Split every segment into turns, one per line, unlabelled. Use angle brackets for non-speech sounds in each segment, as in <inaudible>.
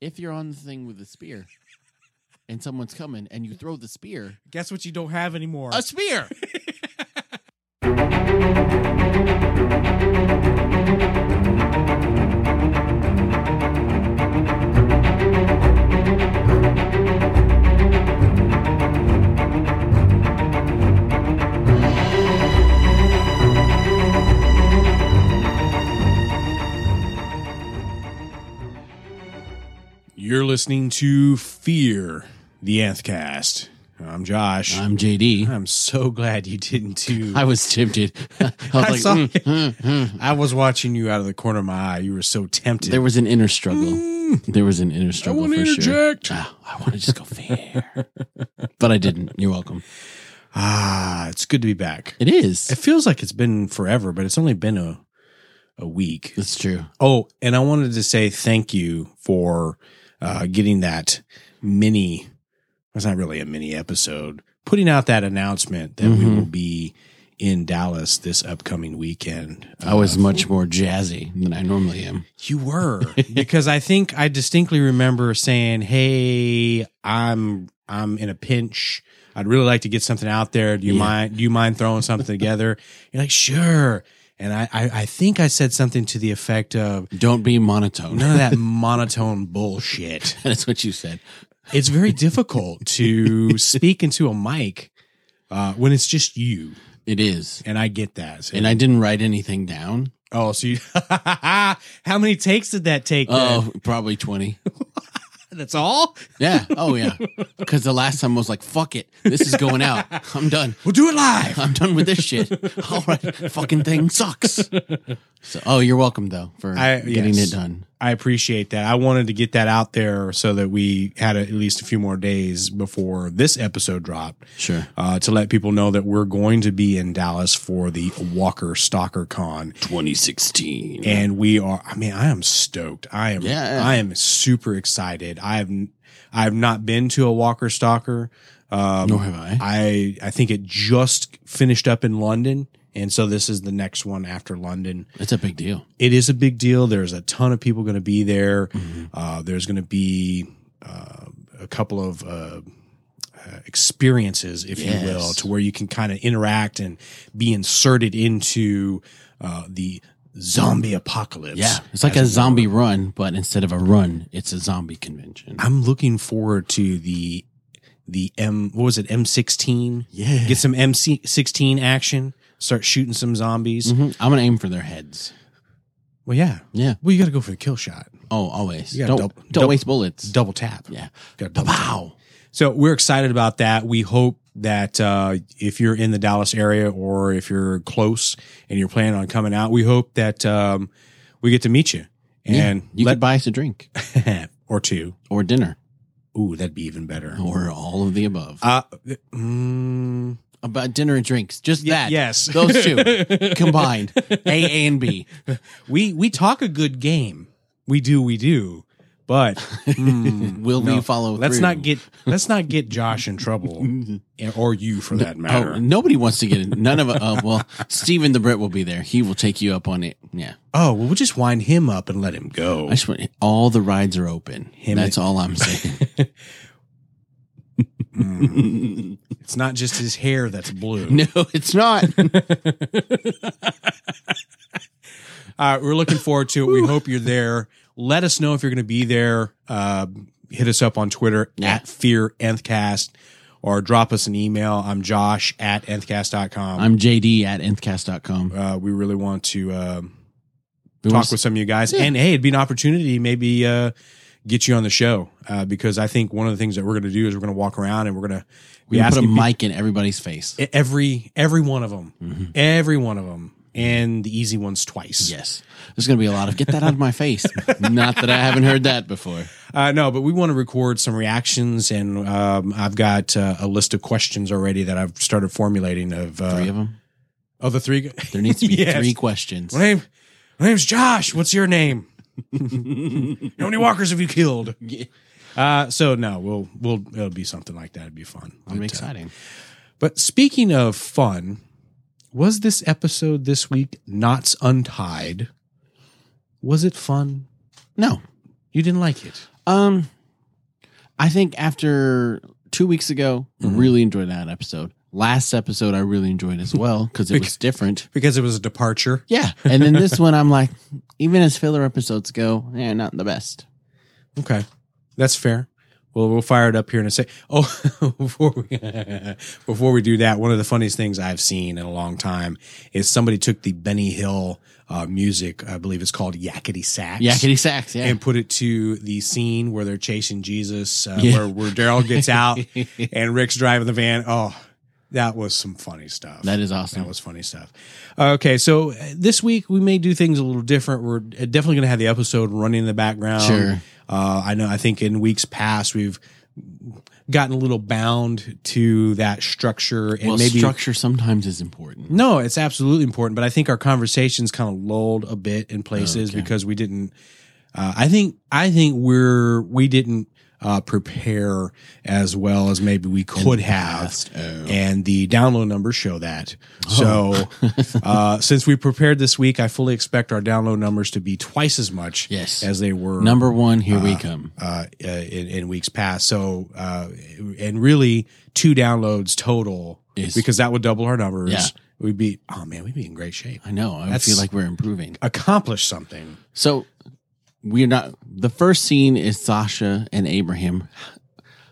if you're on the thing with the spear and someone's coming and you throw the spear,
Guess what you don't have anymore?
a spear.
You're listening to Fear the Anthcast. I'm Josh.
I'm JD.
I'm so glad you didn't do.
I was tempted. <laughs> I was
I
like,
saw
mm,
it.
mm, mm.
<laughs> I was watching you out of the corner of my eye. You were so tempted.
there was an inner struggle.
Mm,
There was an inner
I
struggle
want to
for sure.
interject.
Oh, I want to just go fair, but I didn't. You're welcome.
Ah, it's good to be back.
It
It
is.
feels like it's been forever, but it's only been a a week.
It's true.
Oh, and I wanted to say thank you for uh, getting that mini. It's not really a mini episode. Putting out that announcement that we
Mhm.
will be in Dallas this upcoming weekend.
I was
Uh,
much more jazzy than I normally am. <laughs>
You were because I think I distinctly remember saying, "Hey, I'm I'm in a pinch. I'd really like to get something out there. Do you
Yeah.
mind? Do you mind throwing something together?" You're like, "Sure." And I, I I think I said something to the effect of,
Don't be monotone. <laughs>
"None of that monotone bullshit.
That's what you said.
It's very difficult to speak into a mic uh, when it's just you."
It is.
And I get that. So-
And I didn't write anything down.
oh, so you, <laughs> how many takes did that take? then?
Oh, probably 20.
<laughs> that's all.
Yeah. Oh, yeah. Because the last time I was like, fuck it. This is going out. I'm done.
We'll do it live.
I'm done with this shit. <laughs> All right. Fucking thing sucks. So, oh, you're welcome, though, for
I-
getting
yes.
it done.
I appreciate that. I wanted to get that out there so that we had a, at least a few more days before this episode dropped
Sure.
uh, to let people know that we're going to be in Dallas for the Walker Stalker Con.
2016.
And we are, I mean, I am stoked. I am,
Yeah.
I am super excited. I have, n- I have not been to a Walker Stalker. Um,
Nor have I.
I, I think it just finished up in London. And so this is the next one after London
It's a big deal.
it is a big deal. There's a ton of people going to be there.
Mm-hmm.
Uh, there's going to be uh, a couple of uh, uh, experiences, if you will,
Yes.
to where you can kind of interact and be inserted into uh, the zombie apocalypse.
Yeah. It's like
as
a
it
zombie
were.
run, but instead of a run, it's a zombie convention.
I'm looking forward to the the M. What was it? M16.
Yeah.
Get some M16 action. Start shooting some zombies.
Mhm. I'm going to aim for their heads.
Well, yeah.
Yeah.
Well, you got to go for the kill shot.
Oh, always.
You
Don't,
gotta dou-
don't
dou-
waste bullets.
Double tap.
Yeah.
Got double tap.
Wow.
So we're excited about that. We hope that uh, if you're in the Dallas area or if you're close and you're planning on coming out, we hope that um, we get to meet you and
you
let
could buy us a drink
<laughs> or two.
or dinner
Ooh, that'd be even better.
or all of the above.
Uh, th- mm,
About dinner and drinks, just
y-
that.
yes,
those
<laughs>
two combined, A A and B.
we we talk a good game. We do, we do.
<laughs>
But mm,
Will
no.
we follow?
Let's
through?
not get let's not get Josh in trouble
<laughs>
or you for that matter.
Oh, nobody wants to get in. None of uh, well, Stephen the Brit will be there. He will take you up on it. Yeah,
Oh, well, we'll just wind him up and let him go.
I just want all the rides are open.
Him
That's all I'm saying. <laughs>
Mm. It's not just his hair that's blue.
no, it's not.
Uh, we're looking forward to it. We hope you're there. Let us know if you're going to be there. Uh, hit us up on Twitter
Yeah.
at Fear Nthcast or drop us an email. I'm Josh at nthcast.com.
I'm JD at nthcast.com.
uh, we really want to um,
We
talk
want-
with some of you guys.
Yeah.
And hey, it'd be an opportunity to maybe uh, get you on the show uh, because I think one of the things that we're going to do is we're going to walk around and we're going to
we put a mic in everybody's face.
every every one of them,
Mhm.
every one of them, and the easy ones twice.
Yes, there's going to be a lot of get that out of my
<laughs>
face. not that I haven't heard that before.
Uh, no, but we want to record some reactions, and um, I've got uh, a list of questions already that I've started formulating of uh,
Three of them.
of the three.
<laughs> There needs to be
Yes.
three questions.
My name, my name's Josh. What's your
<laughs>
name? How many walkers have you killed?
Yeah.
Uh, so no, we'll we'll it'll be something like that. It'd be fun.
I'm
But, uh,
exciting.
but speaking of fun, was this episode this week knots untied? Was it fun?
No,
You didn't like it.
Um, I think after two weeks ago,
Mhm.
really enjoyed that episode. Last episode, I really enjoyed as well because <laughs> it was different.
because it was a departure.
Yeah, and then this one, I'm like, even as filler episodes go, yeah, not the best.
Okay, that's fair. Well, we'll fire it up here in a sec. <laughs> Oh, before we <laughs> before we do that, one of the funniest things I've seen in a long time is somebody took the Benny Hill uh, music, I believe it's called Yakety Sax,
Yakety sacks, yeah.
and put it to the scene where they're chasing Jesus, uh,
Yeah.
where where Daryl gets out
<laughs>
and Rick's driving the van. Oh, that was some funny stuff.
that is awesome.
That was funny stuff. Okay, so uh, this week we may do things a little different. We're uh, definitely going to have the episode running in the background.
Sure.
Uh, I know. I think in weeks past we've gotten a little bound to that structure and
well,
maybe.
structure sometimes is important.
no, it's absolutely important, but I think our conversations kind of lulled a bit in places
Okay.
because we didn't. Uh, I think I think we're we didn't uh, prepare as well as maybe we could have
Oh.
and the download numbers show that. So,
Oh.
uh, since we prepared this week, I fully expect our download numbers to be twice as much
Yes.
as they were
Number one, here we come.
uh, uh, in, in weeks past. So, uh, and really two downloads total
Yes.
because that would double our numbers.
Yeah.
We'd be, oh man, we'd be in great shape.
I know. I
That's-
feel like we're improving.
Accomplish something.
So we're not. The first scene is Sasha and Abraham.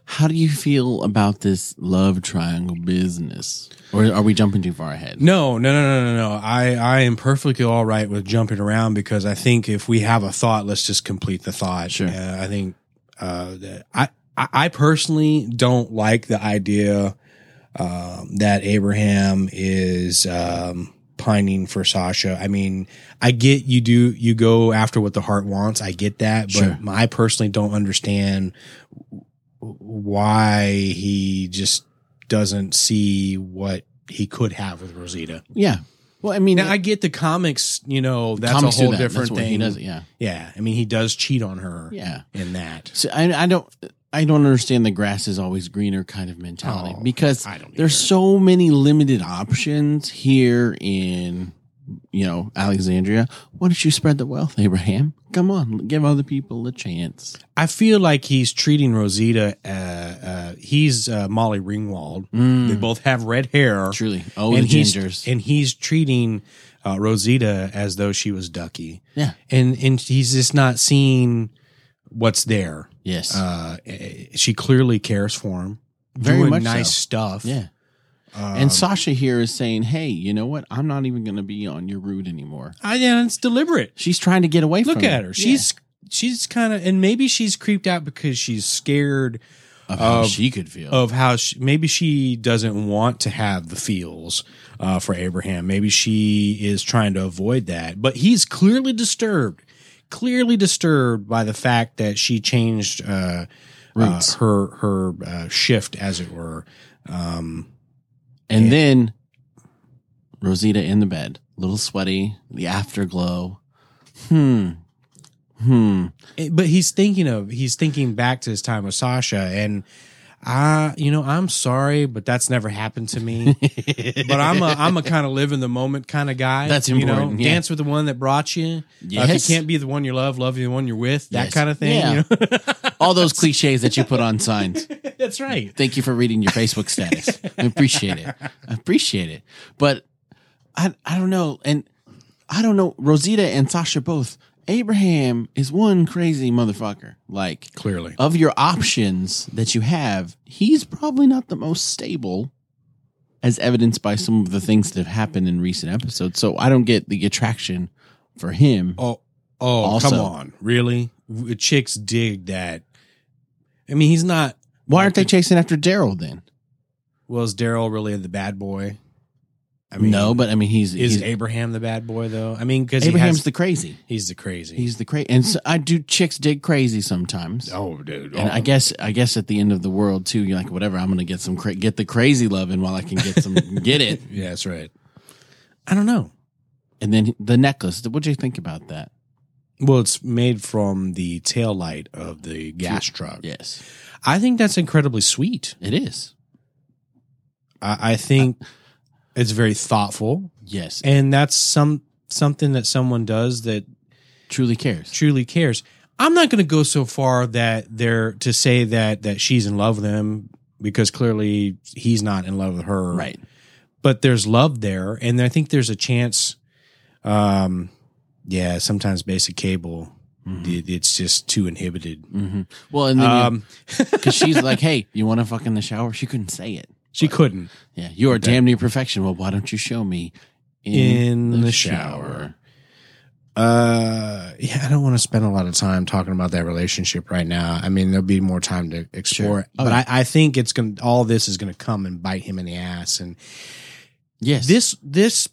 How do you feel about this love triangle business? Or are we jumping too far ahead?
No, no, no, no, no, no. I, I am perfectly all right with jumping around because I think if we have a thought, let's just complete the thought.
Sure.
Uh, I think uh, that I, I I personally don't like the idea um, that Abraham is um, pining for Sasha. I mean, I get you do you go after what the heart wants. I get that, but
Sure.
I personally don't understand why he just doesn't see what he could have with Rosita.
Yeah. Well, I mean,
Now I get the comics, you know, that's
comics
a
do
whole
that. That's
different
what
thing.
He does it, yeah.
Yeah, I mean, he does cheat on her
Yeah.
in that.
So I, I don't. I don't understand the grass is always greener kind of mentality
Oh,
because
I don't.
there's so many limited options here in you know Alexandria. Why don't you spread the wealth, Abraham? Come on, give other people a chance.
either. I feel like he's treating Rosita. Uh, uh, he's uh, Molly Ringwald.
Mm.
They both have red hair,
Truly, oh
and
the
he's
gingers.
and he's treating uh, Rosita as though she was Ducky.
Yeah.
and and he's just not seeing what's there.
yes,
Uh, she clearly cares for him.
Very
doing
much so.
nice stuff.
yeah.
Um,
And Sasha here is saying, "Hey, you know what? I'm not even going to be on your route anymore."
I, yeah, it's deliberate.
She's trying to get away
Look
from.
at
it.
her. She's she's kind of and maybe she's creeped out because she's scared
yeah. of how
of-
she could feel.
of how she, maybe she doesn't want to have the feels uh, for Abraham. Maybe she is trying to avoid that. But he's clearly disturbed, clearly disturbed by the fact that she changed uh, uh,
Roots.
her her uh, shift, as it were. Um,
And
Yeah.
then Rosita in the bed, a little sweaty, the afterglow. Hmm. Hmm.
it- eh, but he's thinking of he's thinking back to his time with Sasha, and I, you know, I'm sorry, but that's never happened to me. but I'm a I'm a kind of live in the moment kind of guy.
That's
You
important,
know,
yeah.
dance with the one that brought you. Uh,
Yes.
if you can't be the one you love, love the one you're with. That
Yes.
kind of thing.
Yeah.
you
<laughs> All those cliches that you put on signs.
know? <laughs> That's right.
Thank you for reading your Facebook status. I appreciate it. I appreciate it. But I I don't know. And I don't know. Rosita and Sasha both. Abraham is one crazy motherfucker. Like
Clearly.
of your options that you have, he's probably not the most stable, as evidenced by some of the things that have happened in recent episodes. So I don't get the attraction for him.
Oh, oh,
Also-
come on, really? W- Chicks dig that. I mean, he's not.
Why aren't they chasing after Daryl then?
Well, is Daryl really the bad boy? I
no, but I mean, he's,
is
he's
Abraham the bad boy though? I mean, because he
Abraham's
has,
the crazy.
he's the crazy.
He's the crazy, and so I do. Chicks dig crazy sometimes.
oh, dude.
And I guess, I guess at the end of the world too, you're like, whatever. I'm gonna get some, cra- get the crazy loving while I can get
<laughs>
some, get it.
yeah, that's right. I don't know.
And then the necklace. What'd you think about that?
Well, it's made from the tail light of the gas truck.
Yes,
I think that's incredibly sweet.
it is.
I, I think it's very thoughtful,
Yes,
and that's some something that someone does that
truly cares.
truly cares. I'm not going to go so far that they're to say that that she's in love with him because clearly he's not in love with her.
Right.
But there's love there, and I think there's a chance. Um, yeah, sometimes basic cable, it, it's just too inhibited.
hmm Well, Mm-hmm. and then
Mm-hmm. Um,
because
<laughs>
she's like, "Hey, you want to fuck in the shower?" She couldn't say it.
she couldn't
Yeah, you are damn near perfection. Well, why don't you show me
in, the, shower. Uh, yeah, I don't want to spend a lot of time talking about that relationship right now. I mean, there'll be more time to explore it, but I, I think it's going to, all this is going to come and bite him in the ass. And
Yes,
this, this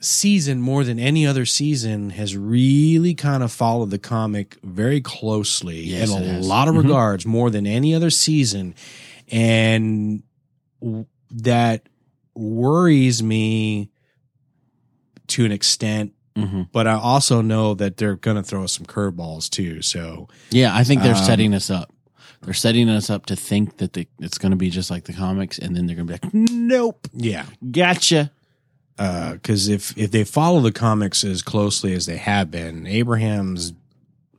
season more than any other season has really kind of followed the comic very closely
Yes,
in
it
a
has.
lot of
Mhm.
regards more than any other season. And w- that worries me to an extent
hmm
but I also know that they're going to throw some curveballs too. So
yeah, I think they're
Um,
setting us up. They're setting us up to think that the, it's going to be just like the comics, and then they're going to be like, "Nope,
yeah,
gotcha."
because if if they follow the comics as closely as they have been, Abraham's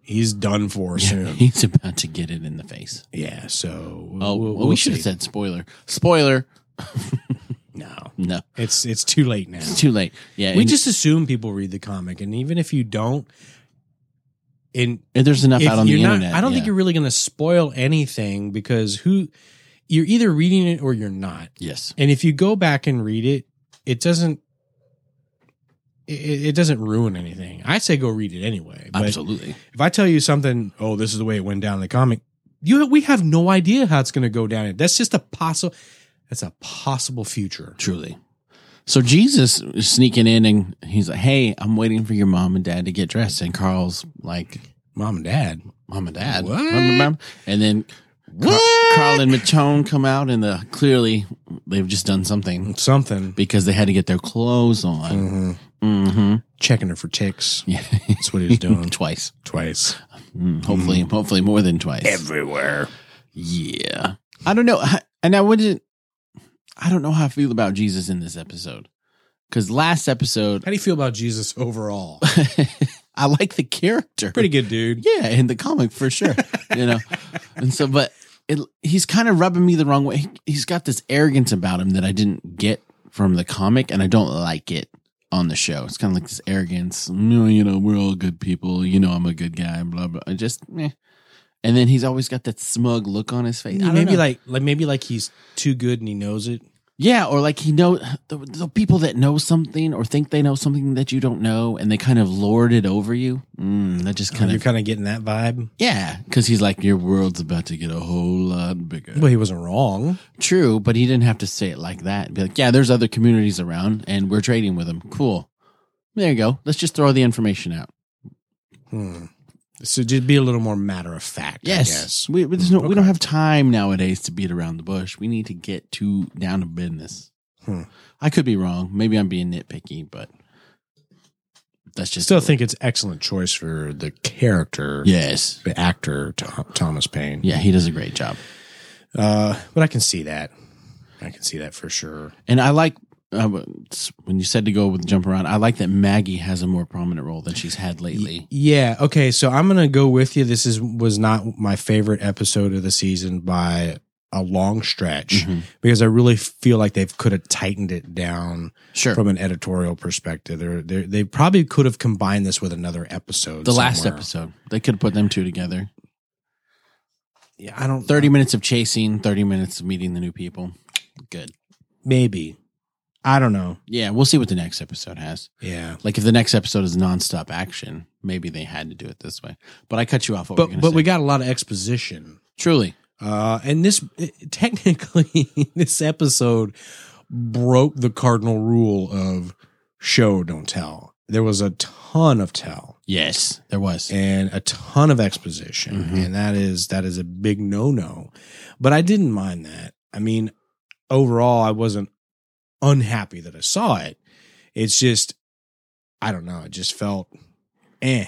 he's done for
Yeah,
soon.
<laughs> he's about to get it in the face.
Yeah, so
Oh, well, we should have
see.
said spoiler. Spoiler.
no.
No,
It's it's too late now.
it's too late. Yeah,
we
and-
just assume people read the comic, and even if you don't, and
and there's enough
if
out on the
you're not-
internet.
I don't
yeah.
think you're really going to spoil anything because who you're either reading it or you're not.
Yes.
And if you go back and read it, it doesn't it, it doesn't ruin anything. I say go read it anyway. But
Absolutely.
if I tell you something, oh, this is the way it went down in the comic, you we have no idea how it's going to go down. That's just a possible. That's a possible future.
Truly. So Jesus is sneaking in and he's like, Hey, I'm waiting for your mom and dad to get dressed. And Carl's like,
Mom and Dad.
Mom and dad.
What?
Mom, mom. And then Car-
What?
Carl and Machone come out and the, clearly they've just done something
Something.
because they had to get their clothes on.
Mhm.
Mm-hmm.
Checking her for ticks.
<laughs> Yeah.
That's what he
<laughs>
was doing
twice.
twice.
Mm, hopefully,
Mm-hmm.
hopefully more than twice.
Everywhere.
Yeah. I don't know. I- And I wouldn't, I don't know how I feel about Jesus in this episode. Because last episode, <laughs>
How do you feel about Jesus overall?
I like the character.
Pretty good, dude.
Yeah, in the comic for sure. you
<laughs>
know, and so, but it, he's kind of rubbing me the wrong way. He, he's got this arrogance about him that I didn't get from the comic, and I don't like it on the show. It's kind of like this arrogance. No, you know, we're all good people. You know, I'm a good guy. Blah blah. I just, eh. and then he's always got that smug look on his face. I don't
Maybe
know.
like, like maybe like he's too good and he knows it.
Yeah, or like he know the, the people that know something or think they know something that you don't know, and they kind of lord it over you. Mm, that just kind
Oh, You're
of
kind of getting that vibe.
yeah, because he's like your world's about to get a whole lot bigger.
Well, he wasn't wrong.
True, but he didn't have to say it like that. Be like, yeah, there's other communities around, and we're trading with them. Cool. There you go. Let's just throw the information out.
Hmm. So just be a little more matter of fact. I guess.
we we- there's no, we
Okay.
don't have time nowadays to beat around the bush. We need to get to down to business.
Hmm.
I could be wrong. Maybe I'm being nitpicky, but that's just
Still think it's excellent choice for the character,
yes,
the actor Tho- Thomas Paine.
yeah. He does a great job,
Uh, but I can see that. I can see that for sure.
and I like. Uh, when you said to go with jump around, I like that Maggie has a more prominent role than she's had lately.
Yeah. Okay. So I'm gonna go with you. This is was not my favorite episode of the season by a long stretch
Mhm.
because I really feel like they could have tightened it down
Sure,
from an editorial perspective. They're, they they probably could have combined this with another episode.
the last
somewhere.
episode they could have put them two together.
Yeah, I don't
30 minutes of chasing, 30 minutes of meeting the new people. Good.
maybe. I don't know.
Yeah, we'll see what the next episode has.
Yeah.
Like if the next episode is nonstop action, maybe they had to do it this way. But I cut you off. What were you
But
gonna
but we
say?
got a lot of exposition.
truly
Uh and this <laughs> technically <laughs> this episode broke the cardinal rule of show don't tell. There was a ton of tell
yes, there was.
and a ton of exposition
Mhm.
and that is that is a big no-no. But I didn't mind that. I mean, overall I wasn't unhappy that I saw it. It's just I don't know, it just felt eh.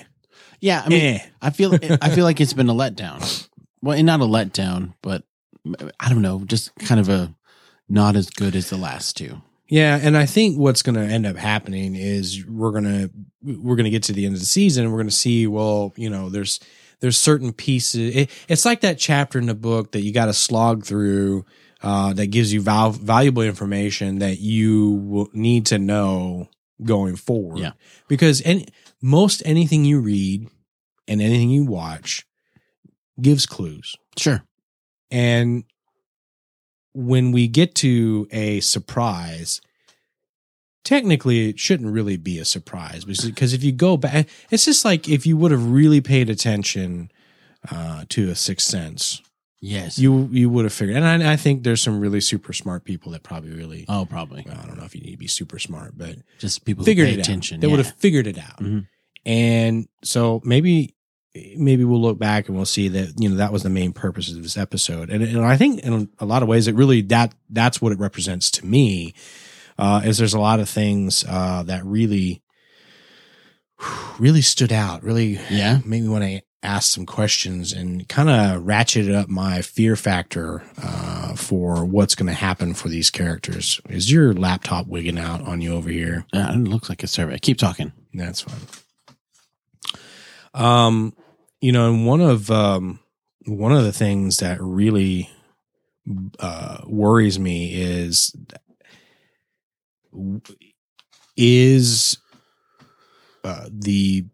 yeah, I mean,
eh.
I feel I feel like it's been a letdown. Well, and not a letdown, but I don't know, just kind of a not as good as the last two.
Yeah, and I think what's going to end up happening is we're going to we're going to get to the end of the season and we're going to see well, you know, there's there's certain pieces. It, it's like that chapter in the book that you got to slog through uh, that gives you val- valuable information that you will need to know going forward.
Yeah.
Because any, most anything you read and anything you watch gives clues.
Sure.
And when we get to a surprise, technically it shouldn't really be a surprise because because if you go back, it's just like if you would have really paid attention uh, to a sixth sense,
Yes.
you you would have figured. And I, I think there's some really super smart people that probably really.
oh, probably
Well, I don't know if you need to be super smart, but
just people who
figured
pay
it
attention.
out. They would
Yeah.
have figured it out.
Mhm.
And so maybe maybe we'll look back and we'll see that you know that was the main purpose of this episode. And, and I think in a lot of ways it really that that's what it represents to me. Uh, is there's a lot of things uh, that really really stood out, really
Yeah.
made me want to ask some questions and kind of ratcheted up my fear factor uh, for what's going to happen for these characters. Is your laptop wigging out on you over here?
Uh, it looks like a survey. Keep talking.
That's fine. Um, you know, and one of um, one of the things that really uh, worries me is is uh, the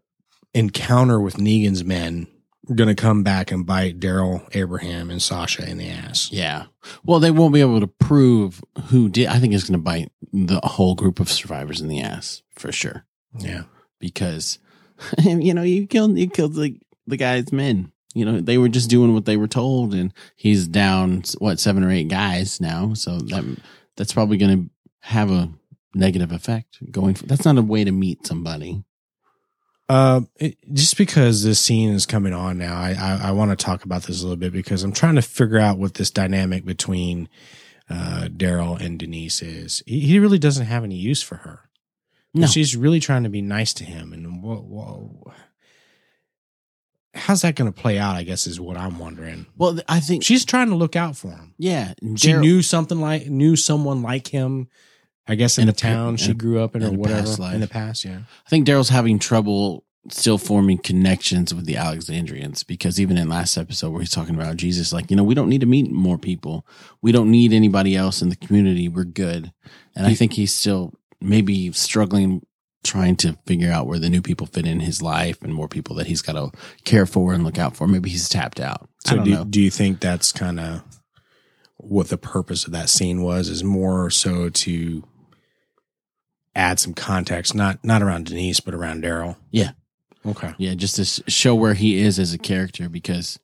encounter with Negan's men going to come back and bite Daryl, Abraham, and Sasha in the ass?
Yeah. Well, they won't be able to prove who did. I think it's going to bite the whole group of survivors in the ass for sure.
Yeah,
<laughs> because you know you killed you killed the the guy's men. You know they were just doing what they were told, and he's down what seven or eight guys now. So that that's probably going to have a negative effect going. For, that's not a way to meet somebody.
Uh, it, just because this scene is coming on now, I I, I want to talk about this a little bit because I'm trying to figure out what this dynamic between uh, Daryl and Denise is. He, he really doesn't have any use for her.
No.
She's really trying to be nice to him, and whoa, whoa. how's that going to play out? I guess is what I'm wondering.
Well, th- I think
She's trying to look out for him.
yeah,
She
Daryl-
knew something like knew someone like him. I guess in,
In
the
a pa-
town
in
she
a-
grew up in,
in
or
a
whatever
past life.
in the past. Yeah.
I think Daryl's having trouble still forming connections with the Alexandrians because even in last episode where he's talking about Jesus, like, you know, we don't need to meet more people. We don't need anybody else in the community. We're good. And I think he's still maybe struggling trying to figure out where the new people fit in his life and more people that he's got to care for and look out for. Maybe he's tapped out. I
So
don't
do,
know.
do you think that's kind of what the purpose of that scene was? Is more so to add some context, not not around Denise, but around Daryl.
Yeah.
Okay.
Yeah, just to s- show where he is as a character because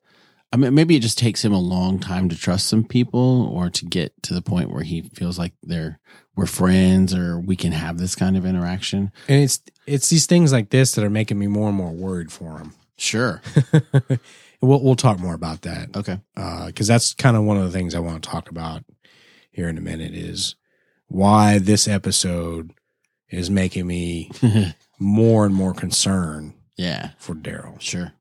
I mean maybe it just takes him a long time to trust some people or to get to the point where he feels like they're we're friends or we can have this kind of interaction.
And it's it's these things like this that are making me more and more worried for him. <laughs>
Sure.
And we'll we'll talk more about that
Okay. <laughs>
because that's kind of one of the things I want to talk about here in a minute is why this episode is making me more and more concerned
yeah,
for Daryl.
sure.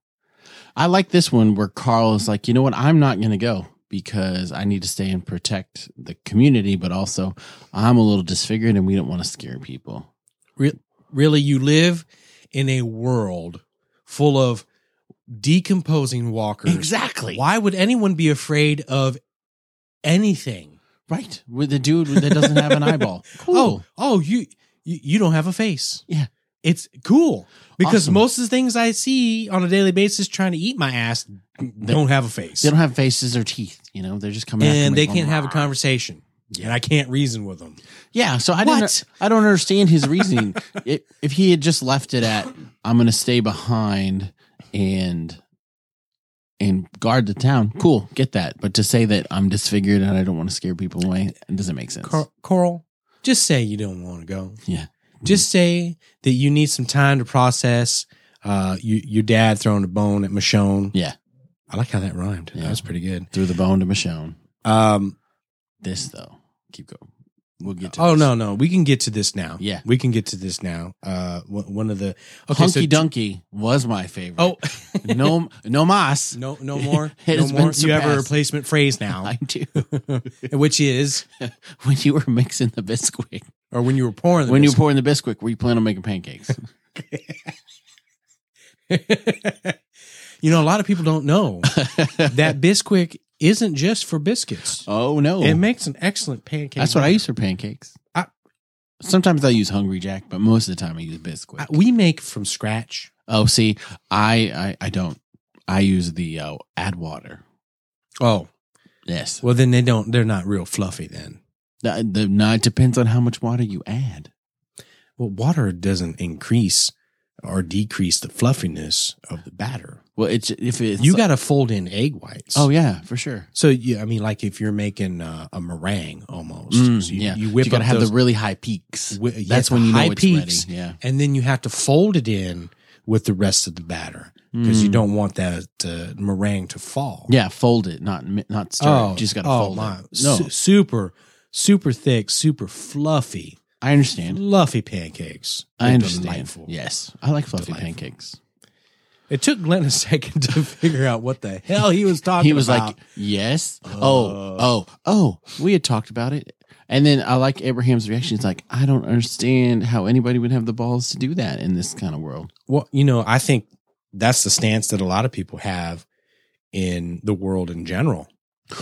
I like this one where Carl is like, "You know what? I'm not going to go because I need to stay and protect the community, but also I'm a little disfigured and we don't want to scare people."
Re- really you live in a world full of decomposing walkers
Exactly.
why would anyone be afraid of anything
Right. With the dude that doesn't have an <laughs> eyeball.
oh oh you, you you don't have a face
Yeah.
it's cool because
Awesome.
most of the things i see on a daily basis trying to eat my ass don't have a face
They don't have faces or teeth, you know. They're just coming after
and
me.
they can't have a conversation
Yeah.
and i can't reason with them
Yeah, so I don't.
What?
I don't understand his reasoning. <laughs> if, if he had just left it at, I'm going to stay behind and and guard the town. Cool, get that. But to say that I'm disfigured and I don't want to scare people away, it doesn't make sense.
Cor- Coral, just say you don't want to go.
Yeah.
Just say that you need some time to process. Uh, you, your dad throwing a bone at Michonne.
Yeah.
I like how that rhymed.
Yeah.
That was pretty good.
Through the bone to Michonne.
Um,
This though, keep going. We'll get to.
oh
this.
no, no, we can get to this now.
Yeah.
we can get to this now. Uh, one one of the okay,
Hunky
so-
Dunky was my favorite.
Oh,
<laughs> no, no mas.
no,
<laughs>
no more,
It
no
has
more.
been
You have a
surpassed.
replacement phrase
<laughs>
now,
I do.
<laughs> which is
when you were mixing the biscuit.
or when you were pouring <laughs> the
when you
biscuit.
pour in the Bisquick, were you planning on making pancakes?
<laughs> You know, a lot of people don't know
<laughs>
that Bisquick isn't just for biscuits.
Oh no,
It makes an excellent pancake.
that's what I use for pancakes.
I-
Sometimes I use Hungry Jack, but most of the time I use Bisquick.
I- we make from scratch.
oh, see, I I, I don't. I use the uh, add water.
Oh,
Yes,
well, then they don't. They're not real fluffy then.
the, the, no, it depends on how much water you add.
Well, water doesn't increase or decrease the fluffiness of the batter.
Well, it's if it's
you got to fold in egg whites.
Oh yeah, for sure.
So yeah, I mean, like if you're making uh, a meringue almost,
Mm,
so you,
yeah.
you whip
you gotta
up
have
those-
the really high peaks.
wi- yeah,
That's
the
when you know
high
it's
peaks,
ready. Yeah,
and then you have to fold it in with the rest of the batter because you
Mm.
don't want that uh, meringue to fall.
Yeah, fold it, not mi- not stir. it. You just gotta fold it. No,
Oh, Su- super, super thick, super fluffy,
I understand.
fluffy pancakes.
I
They're
understand.
Delightful.
Yes, I like fluffy
Delightful.
pancakes.
It took Glenn a <laughs> second to figure out what the hell he was talking.
he was
about. Uh.
like, "Yes, oh, oh, oh." We had talked about it, and then I like Abraham's reaction. He's like, "I don't understand how anybody would have the balls to do that in this kind of world."
Well, you know, I think that's the stance that a lot of people have in the world in general.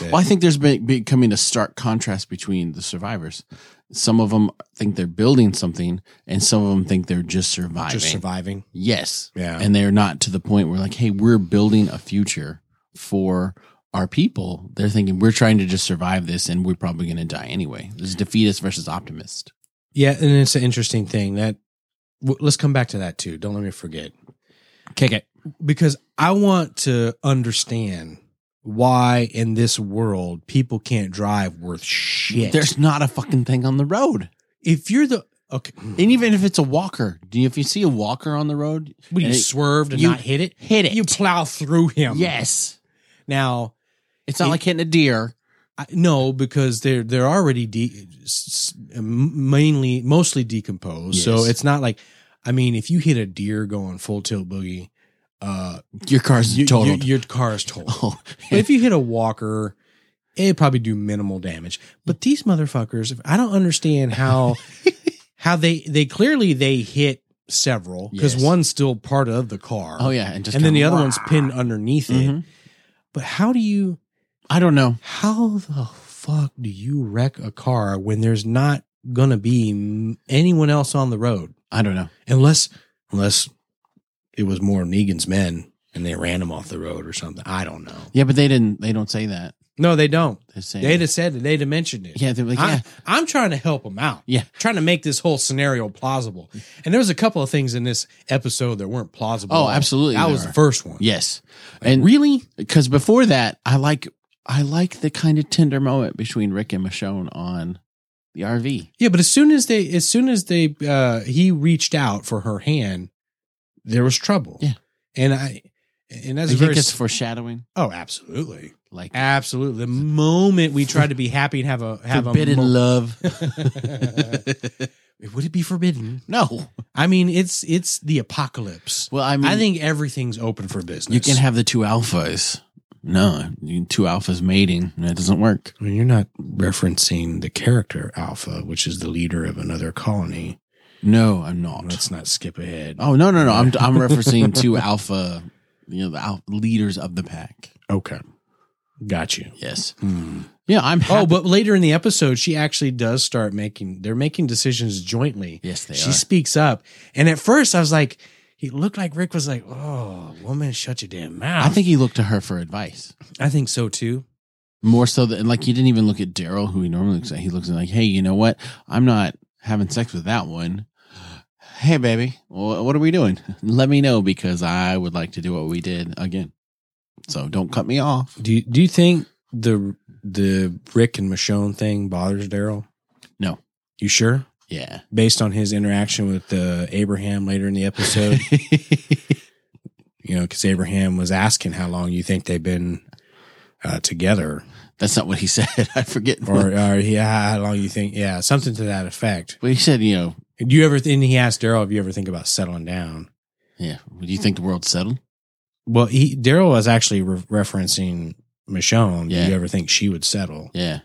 Well, I think there's been becoming a stark contrast between the survivors. Some of them think they're building something, and some of them think they're just surviving.
just surviving.
yes,
Yeah.
and they're not to the point where like, "Hey, we're building a future for." Our people, they're thinking we're trying to just survive this, and we're probably going to die anyway. This is defeatist versus optimist.
yeah, and it's an interesting thing that w- let's come back to that too. Don't let me forget.
Kick it.
Because I want to understand why in this world people can't drive worth shit.
There's not a fucking thing on the road.
if you're the okay,
And even if it's a walker, do you, if you see a walker on the road,
when you
and it-
swerved and
you-
not hit it,
hit it.
you plow through him.
yes.
Now,
It's not
It-
like hitting a deer.
I, no, because they're they're already de- s- s- mainly mostly decomposed. So
Yes.
it's not like, I mean, if you hit a deer going full tilt boogie, uh,
Your car's
you,
totaled.
your- your car is totaled.
oh,
<laughs> but if you hit a walker, it'd probably do minimal damage. But these motherfuckers, I don't understand <laughs> how how they they clearly they hit several because
Yes.
one's still part of the car.
oh yeah, and just
and then the
kinda-
other one's pinned underneath it.
Mhm.
But how do you?
I don't know.
how the fuck do you wreck a car when there's not gonna be m- anyone else on the road
I don't know.
unless unless it was more negan's men and they ran him off the road or something i don't know
Yeah, but they didn't. They don't say that.
no they don't
They say
they'd have said it they'd have mentioned it
yeah. They're like
I,
yeah.
i'm trying to help them out
Yeah.
trying to make this whole scenario plausible and there was a couple of things in this episode that weren't plausible
Oh, absolutely.
that
there
was
are.
the first one
yes.
Like,
and
really
because before that, I like I like the kind of tender moment between Rick and Michonne on the RV.
Yeah, but as soon as they, as soon as they, uh, he reached out for her hand, there was trouble.
Yeah.
and I, and
I
that's a
think
very.
it's foreshadowing.
oh, absolutely,
Like
absolutely. The moment we try to be happy and have a have
forbidden
a mo-
love.
<laughs> would it be forbidden?
no.
I mean, it's it's the apocalypse.
Well, I mean,
I think everything's open for business.
you can have the two alphas. No, you- two alphas mating. That doesn't work.
I mean, you're not referencing the character Alpha, which is the leader of another colony. Oh,
No, I'm not.
Let's not skip ahead.
Oh no, no, no. I'm <laughs> I'm referencing two alpha, you know, the al- leaders of the pack.
Okay, got you.
Yes.
Hmm.
Yeah, I'm. Happy.
Oh, but later in the episode, she actually does start making. They're making decisions jointly.
yes, they
she
are.
speaks up, and at first I was like, he looked like Rick was like, "Oh, woman, shut your damn mouth."
I think he looked to her for advice
I think so too.
more so than like he didn't even look at Daryl, who he normally looks at. He looks at like, hey, you know what? I'm not having sex with that one. <sighs> Hey, baby, wh- what are we doing? <laughs> Let me know because I would like to do what we did again. So don't cut me off.
Do you, Do you think the the Rick and Michonne thing bothers Daryl?
No.
You sure?
Yeah. <laughs>
Based on his interaction with uh, Abraham later in
<laughs>
the episode, you know, because Abraham was asking how long you think they've been uh, together,
That's not what he <laughs> said. I forget.
or, or yeah, how long you think, yeah, something to that effect.
<laughs> but he said, you know,
Do you ever? And he asked Daryl, "Have you ever think about settling down?"
yeah, do you think the world's settled?
Well, he Daryl was actually re- referencing Michonne.
Yeah.
Do you ever think she would settle?
Yeah.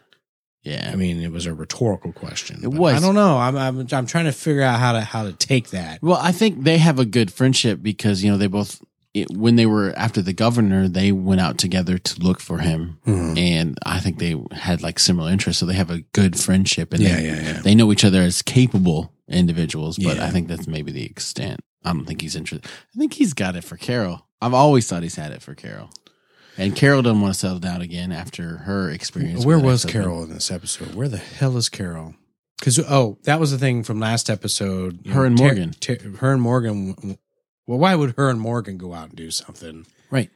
I
Yeah.
mean, it was a rhetorical question.
It
but
was.
I don't know. I'm, I'm I'm trying to figure out how to how to take that.
Well, I think they have a good friendship because, you know, they both it, when they were after the governor, they went out together to look for him,
Mhm.
and I think they had like similar interests, so they have a good friendship, and
Yeah,
they,
yeah, yeah.
they know each other as capable individuals. But
Yeah.
I think that's maybe the extent. I don't think he's interested. I think he's got it for Carol. I've always thought he's had it for Carol, and Carol doesn't want to settle down again after her experience.
Where
with her
was
ex-husband.
Carol in this episode? Where the hell is Carol? Because oh, that was the thing from last episode. You
Her and
Ter-
Morgan.
Ter- her and Morgan. Well, why would her and Morgan go out and do something?
Right.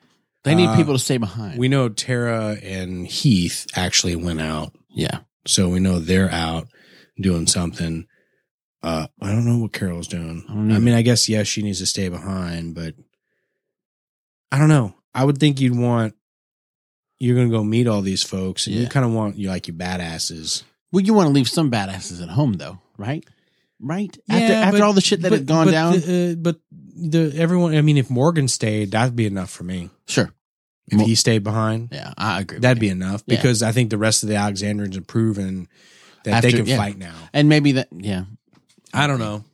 They need
Uh,
people to stay behind.
We know Tara and Heath actually went out,
yeah.
so we know they're out doing something. Uh, I don't know what Carol's doing.
I don't know.
I mean, I guess yes, she needs to stay behind, but I don't know. I would think you'd want you're going to go meet all these folks, and you
Yeah.
kind of want you like your badasses.
Well, you want to leave some badasses at home, though, right? Right. after
Yeah,
after
but-
all the shit that
but-
had gone
but
down.
the, uh, but the everyone. I mean, if Morgan stayed, that'd be enough for me.
sure.
If
Mo-
he stayed behind,
Yeah, I agree. with
that'd
you.
be enough
Yeah.
because I think the rest of the Alexandrians have proven that they
After-
can
yeah.
fight now.
And maybe that. Yeah.
I don't know.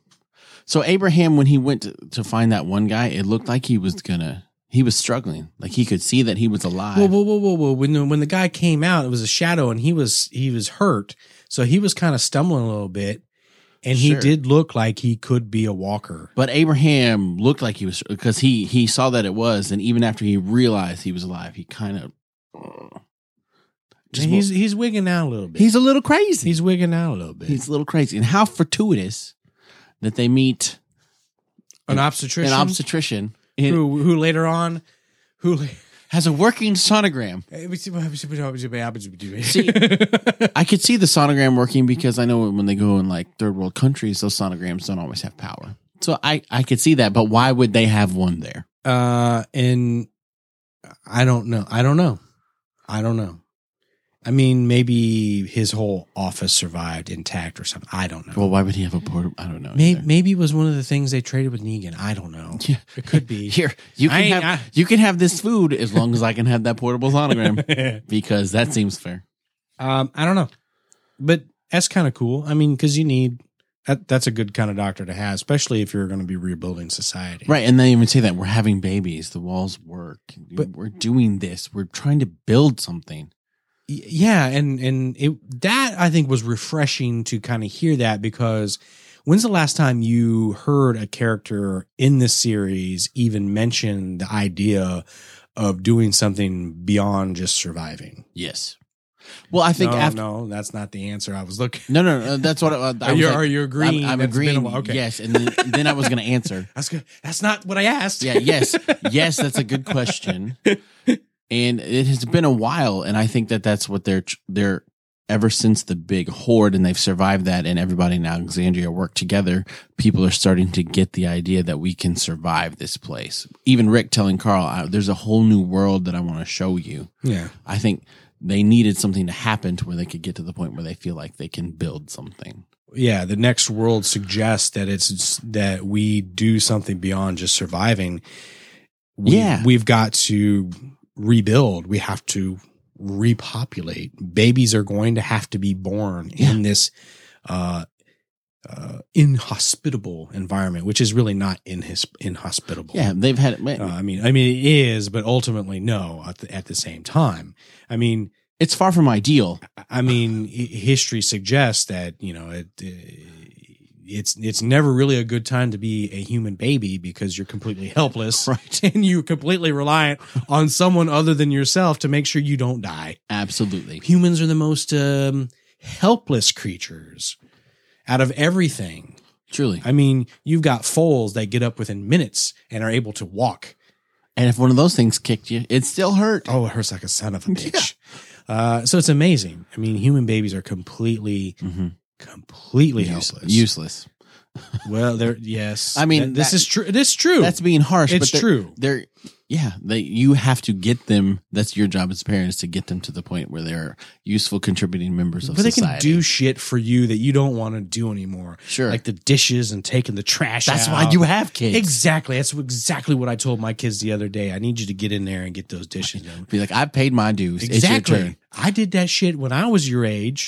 So Abraham, when he went to, to find that one guy, it looked like he was gonna. He was struggling. Like he could see that he was alive.
Whoa, whoa, whoa, whoa, whoa! When the, when the guy came out, it was a shadow, and he was he was hurt, so he was kind of stumbling a little bit, and he
Sure.
did look like he could be a walker.
but Abraham looked like he was because he he saw that it was, and even after he realized he was alive, he kind of just
And he's he's wigging out a little bit.
he's a little crazy.
he's wigging out a little bit.
He's a little crazy. And how fortuitous that they meet
an
an
obstetrician,
an obstetrician in,
who who later on, who. la-
has a working sonogram. <laughs>
See,
I could see the sonogram working because I know when they go in like third world countries, those sonograms don't always have power. So I, I could see that, but why would they have one there?
uh, and I don't know. I don't know. I don't know. I mean, maybe his whole office survived intact or something. I don't know.
Well, why would he have a port? I don't know.
maybe,
either.
maybe it was one of the things they traded with Negan. I don't know.
<laughs> Yeah.
It could be.
Here, you
I
can
ain't-
have you can have this food as long as I can have that portable
<laughs>
sonogram
I,
because that seems fair. <laughs>
um, I don't know. But that's kind of cool. I mean, because you need that. That's a good kind of doctor to have, especially if you're going to be rebuilding society.
Right, and they even say that we're having babies, the walls work,
But-
we're doing this, we're trying to build something.
Y- yeah and and it that i think was refreshing to kind of hear that because when's the last time you heard a character in this series even mention the idea of doing something beyond just surviving
Yes. Well, I think
no,
after
no that's not the answer i was looking
no, no, no, that's what I, I
are
was
you,
like-
are you Oh, agreeing
I'm, I'm
It's been a
agreeing.
while. okay
Yes, and then, then I was
<laughs>
going to answer.
that's good that's not what i asked
Yeah, yes, yes, that's a good question, and it has been a while, and I think that that's what they're they're ever since the big horde, and they've survived that, and everybody in Alexandria worked together. People are starting to get the idea that we can survive this place. Even Rick telling Carl, I, "There's a whole new world that I want to show you."
<laughs> yeah
I think they needed something to happen to where they could get to the point where they feel like they can build something.
yeah, the next world suggests that it's that we do something beyond just surviving. We,
Yeah.
we've got to rebuild. We have to repopulate. Babies are going to have to be born in this uh, uh, inhospitable environment, which is really not inhis- inhospitable.
Yeah, they've had
Uh, I mean, I mean, it is, but ultimately, no. At the, at the same time, I mean,
it's far from ideal.
I mean, hi- history suggests that you know it. uh, It's it's never really a good time to be a human baby because you're completely helpless,
Right.
<laughs> and you're completely reliant on someone other than yourself to make sure you don't die.
Absolutely.
Humans are the most um, helpless creatures out of everything.
Truly.
I mean, you've got foals that get up within minutes and are able to walk.
And if one of those things kicked you, it still hurt.
Oh, it hurts like a son
<laughs>
of a bitch. Uh, so it's amazing. I mean, human babies are completely
Mhm.
completely
Use-
helpless.
Useless.
<laughs> well, there. Yes,
I mean,
Th- this
that-
is true. This is true.
That's being harsh.
it's
but they're,
true.
They're yeah. They you have to get them. That's your job as a parent is to get them to the point where they're useful contributing members of
But they can
society.
do shit for you that you don't want to do anymore,
sure.
like the dishes and taking the trash.
that's
out.
why you have kids.
exactly. That's exactly what I told my kids the other day. I need you to get in there and get those dishes done.
Be like, I paid my dues. It's your turn.
Exactly. I did that shit when I was your age.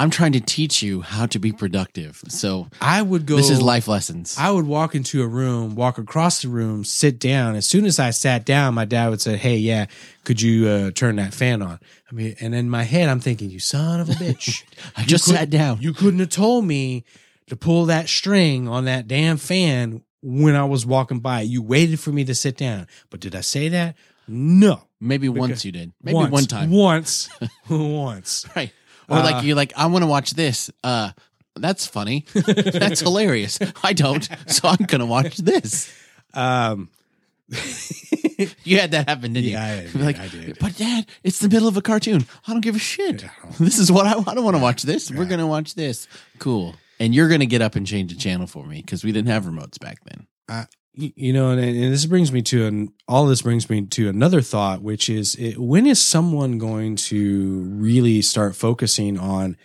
I'm trying to teach you how to be productive. So
I would go.
this is life lessons.
I would walk into a room, walk across the room, sit down. As soon as I sat down, my dad would say, "Hey, yeah, could you uh, turn that fan on?" I mean, and in my head, I'm thinking, "You son
<laughs>
of a bitch!
I
You
just
could-
sat down.
You couldn't have told me to pull that string on that damn fan when I was walking by. You waited for me to sit down, but did I say that? No.
Maybe once
because-
you did. Maybe
Once.
one time. <laughs>
Once, once.
Right. Or
Uh,
like you're like, I want to watch this. Uh that's
<laughs>
funny. That's hilarious. I don't, so I'm gonna watch this.
Um, <laughs>
You had that happen, didn't <laughs>
Yeah, I
you?
did,
like,
I did.
But dad, it's the middle of a cartoon. I don't give a shit. <laughs> This is what I, I don't want to watch. This we're gonna watch this. Cool. And you're gonna get up and change the channel for me because we didn't have remotes back then.
you you know, and, and this brings me to an all this brings me to another thought, which is it, when is someone going to really start focusing on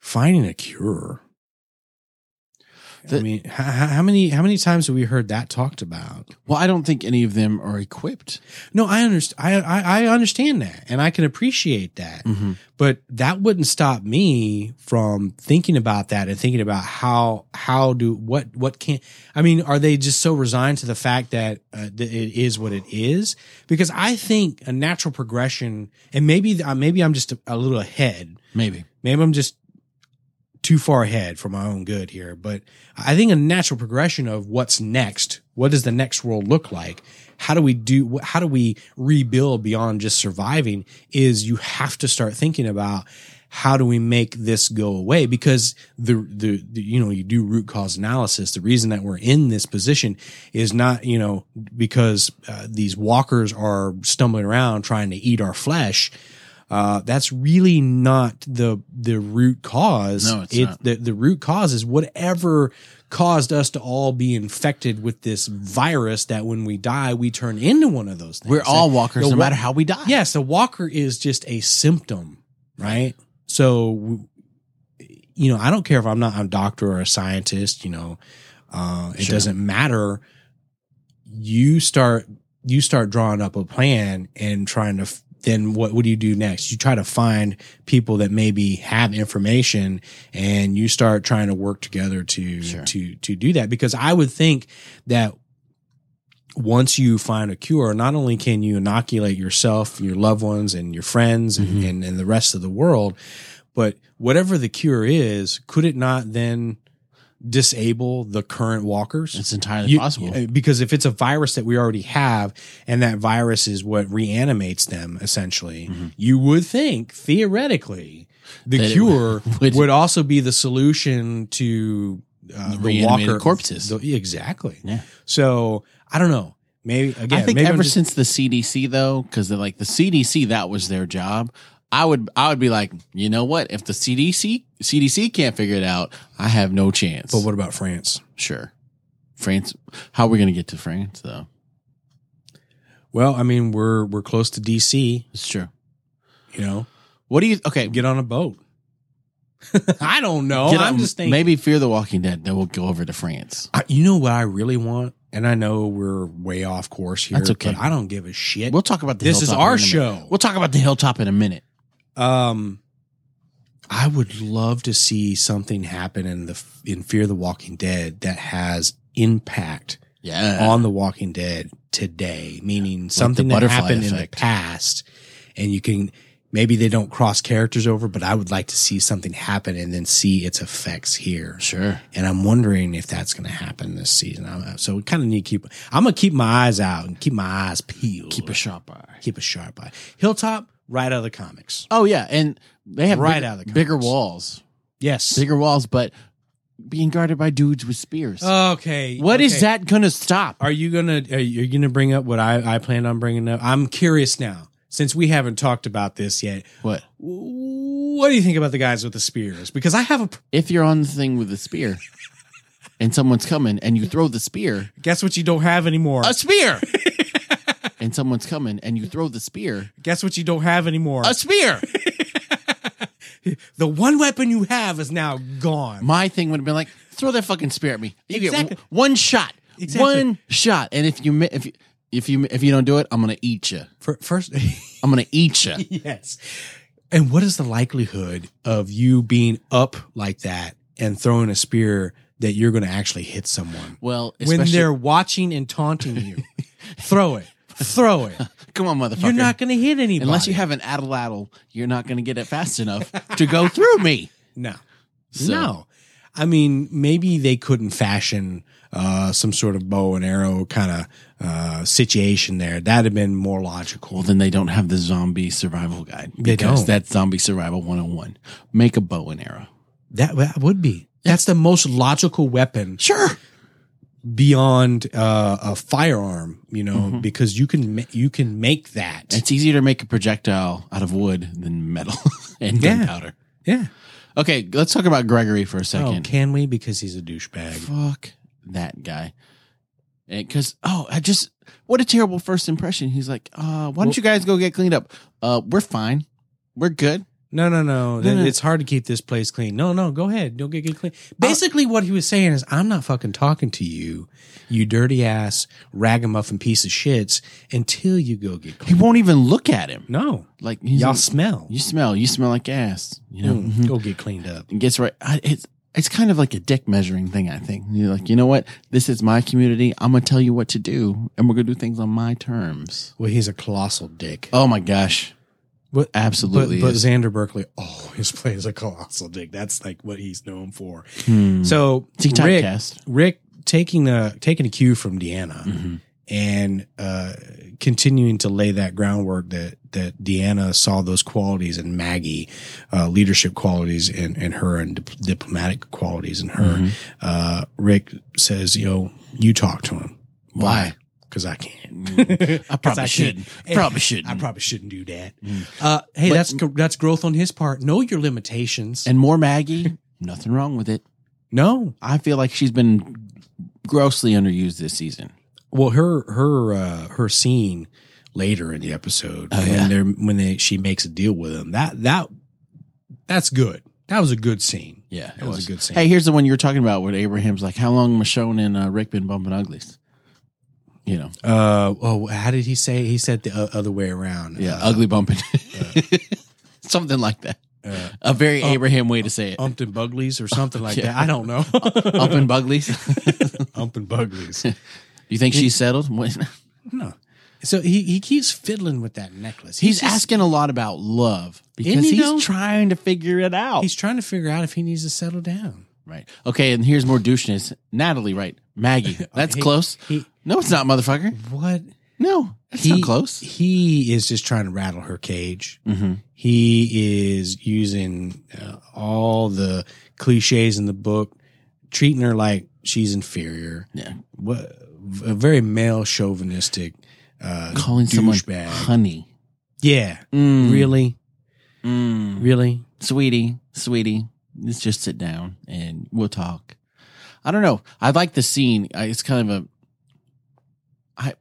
finding a cure? I
The-
mean, how, how many how many times have we heard that talked about?
Well, I don't think any of them are equipped.
No, I understand. I, I I understand that, and I can appreciate that.
Mm-hmm.
But that wouldn't stop me from thinking about that and thinking about how how do what what can I mean? Are they just so resigned to the fact that, uh, that it is what it is? Because I think a natural progression, and maybe uh, maybe I'm just a, a little ahead.
Maybe.
Maybe I'm just too far ahead for my own good here, but I think a natural progression of what's next, what does the next world look like? How do we do, wh- how do we rebuild beyond just surviving is you have to start thinking about how do we make this go away? Because the, the, the, you know, you do root cause analysis. The reason that we're in this position is not, you know, because uh, these walkers are stumbling around trying to eat our flesh. Uh, that's really not the, the root cause
No, it's not.
the, the root cause is whatever caused us to all be infected with this virus that when we die we turn into one of those things
We're all walkers, no
the wa-
matter how we die.
yes the walker is just a symptom right so w- you know i don't care if i'm not a doctor or a scientist you know uh, it
Sure.
doesn't matter you start you start drawing up a plan and trying to f- then what what do you do next you try to find people that maybe have information and you start trying to work together to
Sure.
to to do that because i would think that once you find a cure not only can you inoculate yourself your loved ones and your friends and,
Mhm.
and, and the rest of the world but whatever the cure is could it not then disable the current walkers
It's entirely
you-
possible.
uh, Because if it's a virus that we already have and that virus is what reanimates them, essentially,
Mhm.
you would think theoretically the
That it
cure
<laughs> would-
would, also be the solution to uh, the
Reanimated
walker
corpses.
the- exactly.
Yeah.
So I don't know. Maybe again,
I think
maybe I'm
ever
just-
since the CDC though, because they're like the CDC, that was their job. I would I would be like, you know what? If the CDC CDC can't figure it out, I have no chance.
But what about France?
sure, France. How are we gonna get to France though?
Well, I mean, we're we're close to DC.
It's true.
You know,
What do you? Okay,
get on a boat. <laughs> I don't know.
get
I'm
on-
just thinking.
Maybe Fear the Walking Dead. Then we'll go over to France.
I, you know what I really want, and I know we're way off course here.
That's okay.
But I don't give a shit.
We'll talk about the
this is
hilltop in
our
a minute.
show.
We'll talk about the hilltop in a minute.
Um, I would love to see something happen in the in Fear the Walking Dead that has impact
Yeah,
on the Walking Dead today, meaning something that
butterfly
happened in the
effect.
past, and you can. Maybe they don't cross characters over, but I would like to see something happen and then see its effects here.
sure.
and I'm wondering if that's going to happen this season. I'm, uh, so we kind of need to keep. I'm gonna keep my eyes out and keep my eyes peeled.
Keep a sharp eye.
keep a sharp eye. Hilltop, right out of the comics.
Oh yeah, and they have
Right
bigger-
out of the
bigger
comics.
walls.
Yes.
bigger walls, but being guarded by dudes with spears.
Okay.
what is
okay.
that going to stop?
Are you gonna are you gonna bring up what I I planned on bringing up? I'm curious now since we haven't talked about this yet.
what
What do you think about the guys with the spears? Because I have a
if you're on the thing with a spear and someone's coming and you throw the spear,
guess what you don't have anymore.
a spear, <laughs> and someone's coming and you throw the spear,
guess what you don't have anymore.
a spear.
the one weapon you have is now gone.
My thing would have been like, throw that fucking spear at me. You
Exactly.
get w- one shot,
Exactly.
one shot, and if you mi- if you,
<laughs>
if you if you don't do it, I'm gonna eat you.
For, first. <laughs>
I'm gonna eat you.
yes. And what is the likelihood of you being up like that and throwing a spear that you're going to actually hit someone
Well,
when
especially-
they're watching and
<laughs>
taunting you? throw it. Throw it.
come on, motherfucker.
You're not going to hit anybody
Unless you have an addle addle, you're not going to get it fast enough to go through me.
no.
So-
No. I mean, maybe they couldn't fashion uh, some sort of bow and arrow kind of uh, situation there. That'd have been more
Well,
logical.
then they don't have the zombie survival guide.
They
because
don't.
That's zombie survival 101. Make a bow and arrow.
That, that would be. That's the most logical weapon
Sure.
beyond uh, a firearm, you know, because you can ma- you can make that.
Mm-hmm. It's easier to make a projectile out of wood than metal <laughs> and
Yeah.
gunpowder.
yeah.
Okay, let's talk about Gregory for a
Oh,
second.
can we? Because he's a douchebag.
Fuck that guy. Because, oh, I just, what a terrible first impression. He's like, uh, why don't you guys go get cleaned up? Uh, we're fine. We're good.
No, no, no.
No, no.
It's hard to keep this place clean. No, no. Go ahead. Don't get, get clean. Basically, what he was saying is, I'm not fucking talking to you, you dirty ass ragamuffin piece of shits, until you go get
He
clean.
won't even look at him.
No,
Like, he's
y'all
like,
smell.
you smell, you smell like ass, you know? mm-hmm.
Mm, Go get cleaned up.
and gets right. I, it's it's kind of like a dick measuring thing. I think you're like, you know what? This is my community. I'm gonna tell you what to do, and we're gonna do things on my terms.
Well, he's a colossal dick.
Oh my gosh,
But-
absolutely.
But, but
is.
Xander Berkeley oh, <laughs> always plays a colossal dick. That's like what he's known for.
Hmm.
So
Is he
Rick,
typecast?
Rick taking a taking a cue from Deanna
Mhm.
and uh, continuing to lay that groundwork that that Deanna saw those qualities in Maggie, uh, leadership qualities in, in her and dip- diplomatic qualities in her.
Mhm.
Uh, Rick says, "You know, you talk to him.
Why?
Because <laughs> I can't.
<laughs> I
'Cause
Mm-hmm. probably shouldn't. Mm.
can't.
Probably shouldn't.
I probably shouldn't do that. Uh, hey, that's that's growth on his part. Know your limitations.
and more Maggie. Nothing wrong with it.
no,
I feel like she's been grossly underused this season.
well her her uh her scene later in the episode
Oh,
when
yeah.
they're when they she makes a deal with him that that that's good that was a good scene
Yeah,
that was, a good scene
Hey, here's the one you were talking about where Abraham's like, "How long Michonne and uh, Rick been bumping uglies?" You know,
uh oh how did he say he said the o- other way around <laughs>
yeah,
uh,
ugly bumping, <laughs> something like that.
uh,
A very
Um,
Abraham way to say it.
umped and buglies or something
<laughs>
like
Yeah. Um,
that i don't know
Up in
<laughs>
Buglies.
ump and buglies
you think she's settled? What-
no so he he keeps fiddling with that
<laughs>
necklace
He's
just-
asking a lot about love because
Isn't he
he's
though?
trying to figure it out.
he's trying to figure out if he needs to settle down
right. Okay, and here's more doucheness. Natalie, right?
<laughs>
Maggie. That's
He-
close.
he
No, it's not, motherfucker.
what
No, that's
he
not close.
he is just trying to rattle her cage
hmm
he is using uh, all the cliches in the book, treating her like she's inferior.
Yeah.
What a very male chauvinistic uh,
Calling someone
douchebag.
honey.
Yeah,
Mm,
really,
mm.
really.
Sweetie, sweetie, let's just sit down and we'll talk. I don't know. I like the scene. I, it's kind of a I,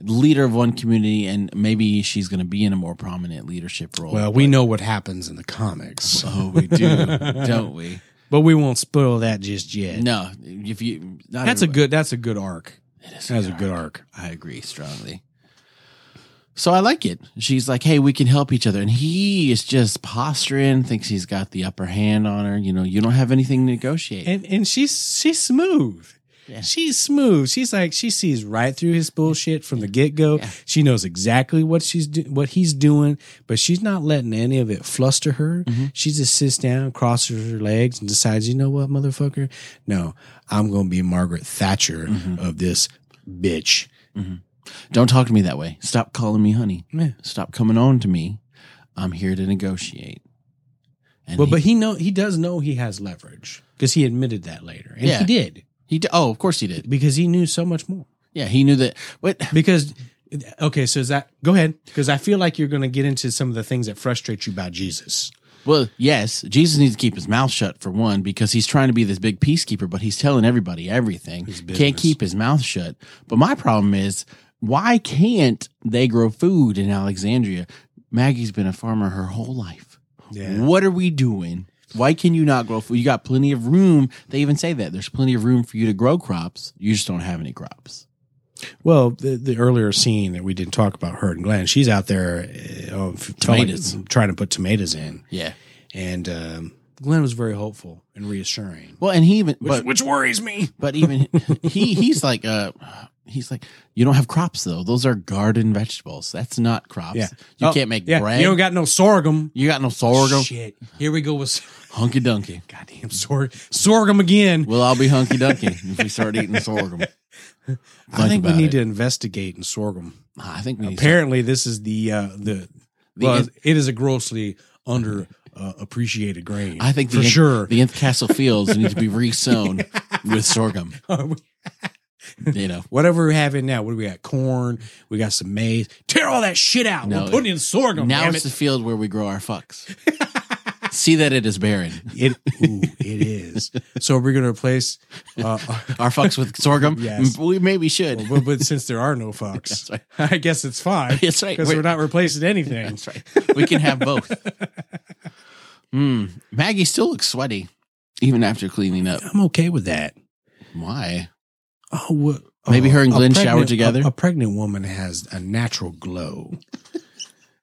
leader of one community, and maybe she's going to be in a more prominent leadership role.
Well, we
but-
know what happens in the comics,
<laughs> Oh, we
<laughs>
do, don't we?
but we won't spoil that just yet.
No, if you not
that's a
everybody-
good. That's a good arc.
It is
That's a good arc.
I agree strongly. So I like it. She's like, "Hey, we can help each other," and he is just posturing, thinks he's got the upper hand on her. You know, you don't have anything to negotiate.
And and she's she's smooth.
Yeah.
She's smooth. She's like she sees right through his bullshit from the get go.
Yeah.
She knows exactly what she's do- what he's doing, but she's not letting any of it fluster her.
Mhm.
She just sits down, crosses her legs, and decides, you know what, motherfucker? No, I'm gonna be Margaret Thatcher
Mhm.
of this bitch.
Don't talk to me that way. Stop calling me honey.
Yeah.
Stop coming on to me. I'm here to negotiate. And
Well,
he,
but he know he does know he has leverage because he admitted that later, and
Yeah.
he did
he d- oh, of course he did.
because he knew so much more.
Yeah, he knew that. But
Because okay, so is that go ahead? Because I feel like you're gonna get into some of the things that frustrate you about Jesus.
well, yes, Jesus needs to keep his mouth shut for one because he's trying to be this big peacekeeper, but he's telling everybody everything.
His business.
Can't keep his mouth shut. But my problem is, why can't they grow food in Alexandria? Maggie's been a farmer her whole life. What are we doing? Why can you not grow food? You got plenty of room. They even say that there's plenty of room for you to grow crops. You just don't have any crops.
Well, the, the earlier scene that we didn't talk about, her and Glenn, she's out there uh, oh, f- telling-
Tomatoes.
trying to put tomatoes in,
Yeah.
and um, Glenn was very hopeful and reassuring,
Well, and he even
which,
but
which worries me.
but
<laughs>
even he he's like uh he's like you don't have crops though. Those are garden vegetables. That's not crops.
Yeah.
You
Oh,
can't make
yeah,
bread.
You don't got no sorghum.
You got no sorghum.
Shit. Here we go with <laughs>
Hunky dunky.
goddamn sor- sorghum again.
We'll all be
<laughs>
hunky dunky if we start eating sorghum.
I think we
about
need
it.
to investigate in sorghum.
I think we need to
Apparently, this is the uh, the,
The
well,
in-
it is a grossly under uh, appreciated grain.
I think the
for
in-
sure.
the Inth Castle fields need to be resown with sorghum.
<laughs>
You know,
Whatever we have in now, what do we got? Corn. We got some maize. Tear all that shit out.
No,
We're putting in sorghum.
now
Oh, damn
it's the
it.
field where we grow our fucks. See that it is barren.
it, ooh, it is. So we're gonna replace. Uh, <laughs>
Our fucks with sorghum. Mm,
Yes.
we maybe should.
but, but since there are no fox,
That's right.
I guess it's fine.
<laughs> That's right.
Because
We're-
we're not replacing anything.
<laughs> That's right. We can have both. Hmm. Maggie still looks sweaty, even after cleaning up.
I'm okay with that.
Why?
Oh, what,
Maybe her and
a
Glenn
pregnant-
showered together?
A, a pregnant woman has a
<laughs>
natural glow,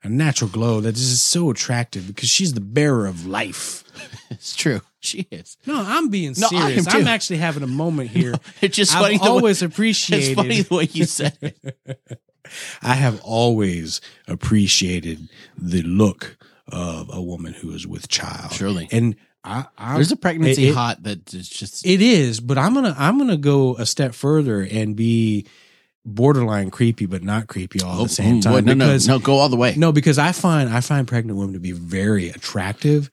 a natural glow that is so attractive because she's the bearer of life.
It's true. She is.
No, I'm being
No, I am
serious. I'm
too.
actually having
<laughs>
a moment here.
It's just funny.
I've
The way,
always appreciated.
it's funny the way you said
<laughs>
it.
I have always appreciated the look of a woman who is with child.
Surely.
and I, I
There's a pregnancy
it- it-
hot that is just.
It is, but I'm gonna I'm gonna go a step further and be borderline creepy, but not creepy all at
Oh,
the same
mm,
time.
boy, no, no,
because,
no, go all the way.
no, because I find I find pregnant women to be very attractive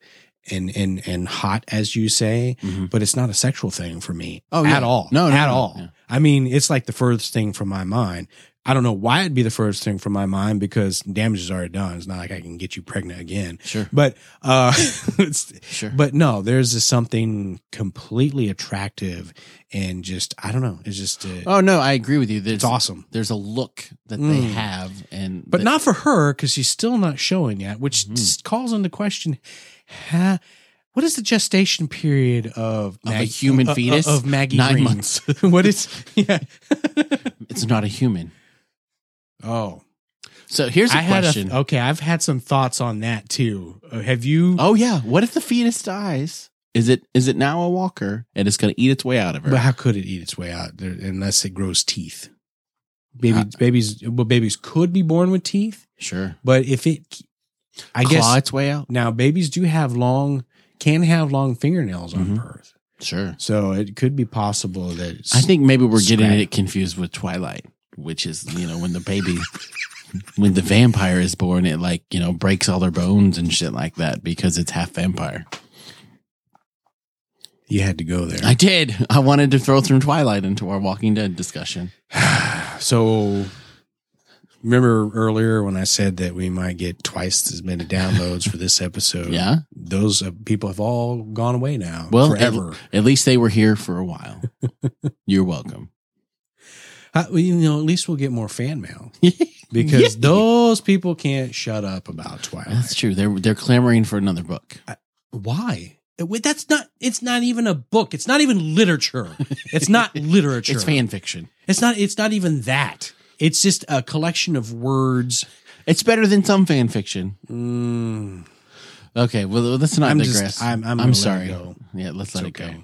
and and and hot, as you say.
Mhm.
But it's not a sexual thing for me
Oh,
at
yeah.
all.
No, no,
at
no,
all.
yeah.
I mean, it's like the furthest thing from my mind. I don't know why it'd be the furthest thing from my mind because damage is already done. It's not like I can get you pregnant again.
Sure,
But uh, <laughs> it's,
sure.
but no, there's just something completely attractive and just I don't know. It's just uh,
oh no, I agree with you. There's
it's awesome.
there's a look that they
Mm.
have, and
But
that-
not for her because she's still not showing yet, which
Mhm.
just calls into question: ha, what is the gestation period of,
a human
of-
fetus?
of, Maggie
nine
Green?
months.
<laughs> what is yeah?
it's not a human.
Oh,
So here's a um,
I had
question.
a, okay. I've had some thoughts on that too. Uh, have you?
oh yeah, what if the fetus dies? Is it is it now a walker and it's going to eat its way out of her?
But how could it eat its way out there unless it grows teeth? Baby,
Uh,
babies, well, babies could be born with teeth.
sure,
But if it, I
claw
guess
its way out.
now babies do have long, can have long fingernails on
Mhm.
birth.
Sure.
So it could be possible that it's-
I think maybe we're getting
Scrap.
it confused with Twilight, which is you know when the baby, <laughs> when the vampire is born, it like you know breaks all their bones and shit like that because it's half vampire.
you had to go there.
I did. I wanted to throw some Twilight into our Walking Dead discussion.
so remember earlier when I said that we might get twice as many downloads
<laughs>
for this episode?
Yeah.
Those uh, people have all gone away now.
Well, at-
forever.
At least they were here for a <laughs> while. You're welcome.
Uh, well, you know, at least we'll get more fan mail because
<laughs> Yeah.
those people can't shut up about Twilight.
That's true. They're they're clamoring for another book.
Why? Wait, That's not. It's not even a book. It's not even literature. It's
<laughs>
not literature.
It's fan fiction.
It's not. It's not even that. It's just a collection of words.
It's better than some fan fiction.
Mm,
Okay, well let's not
I'm just-
digress.
I'm- I'm gonna let it
sorry.
go.
Yeah, let's
it's
let it go.
okay.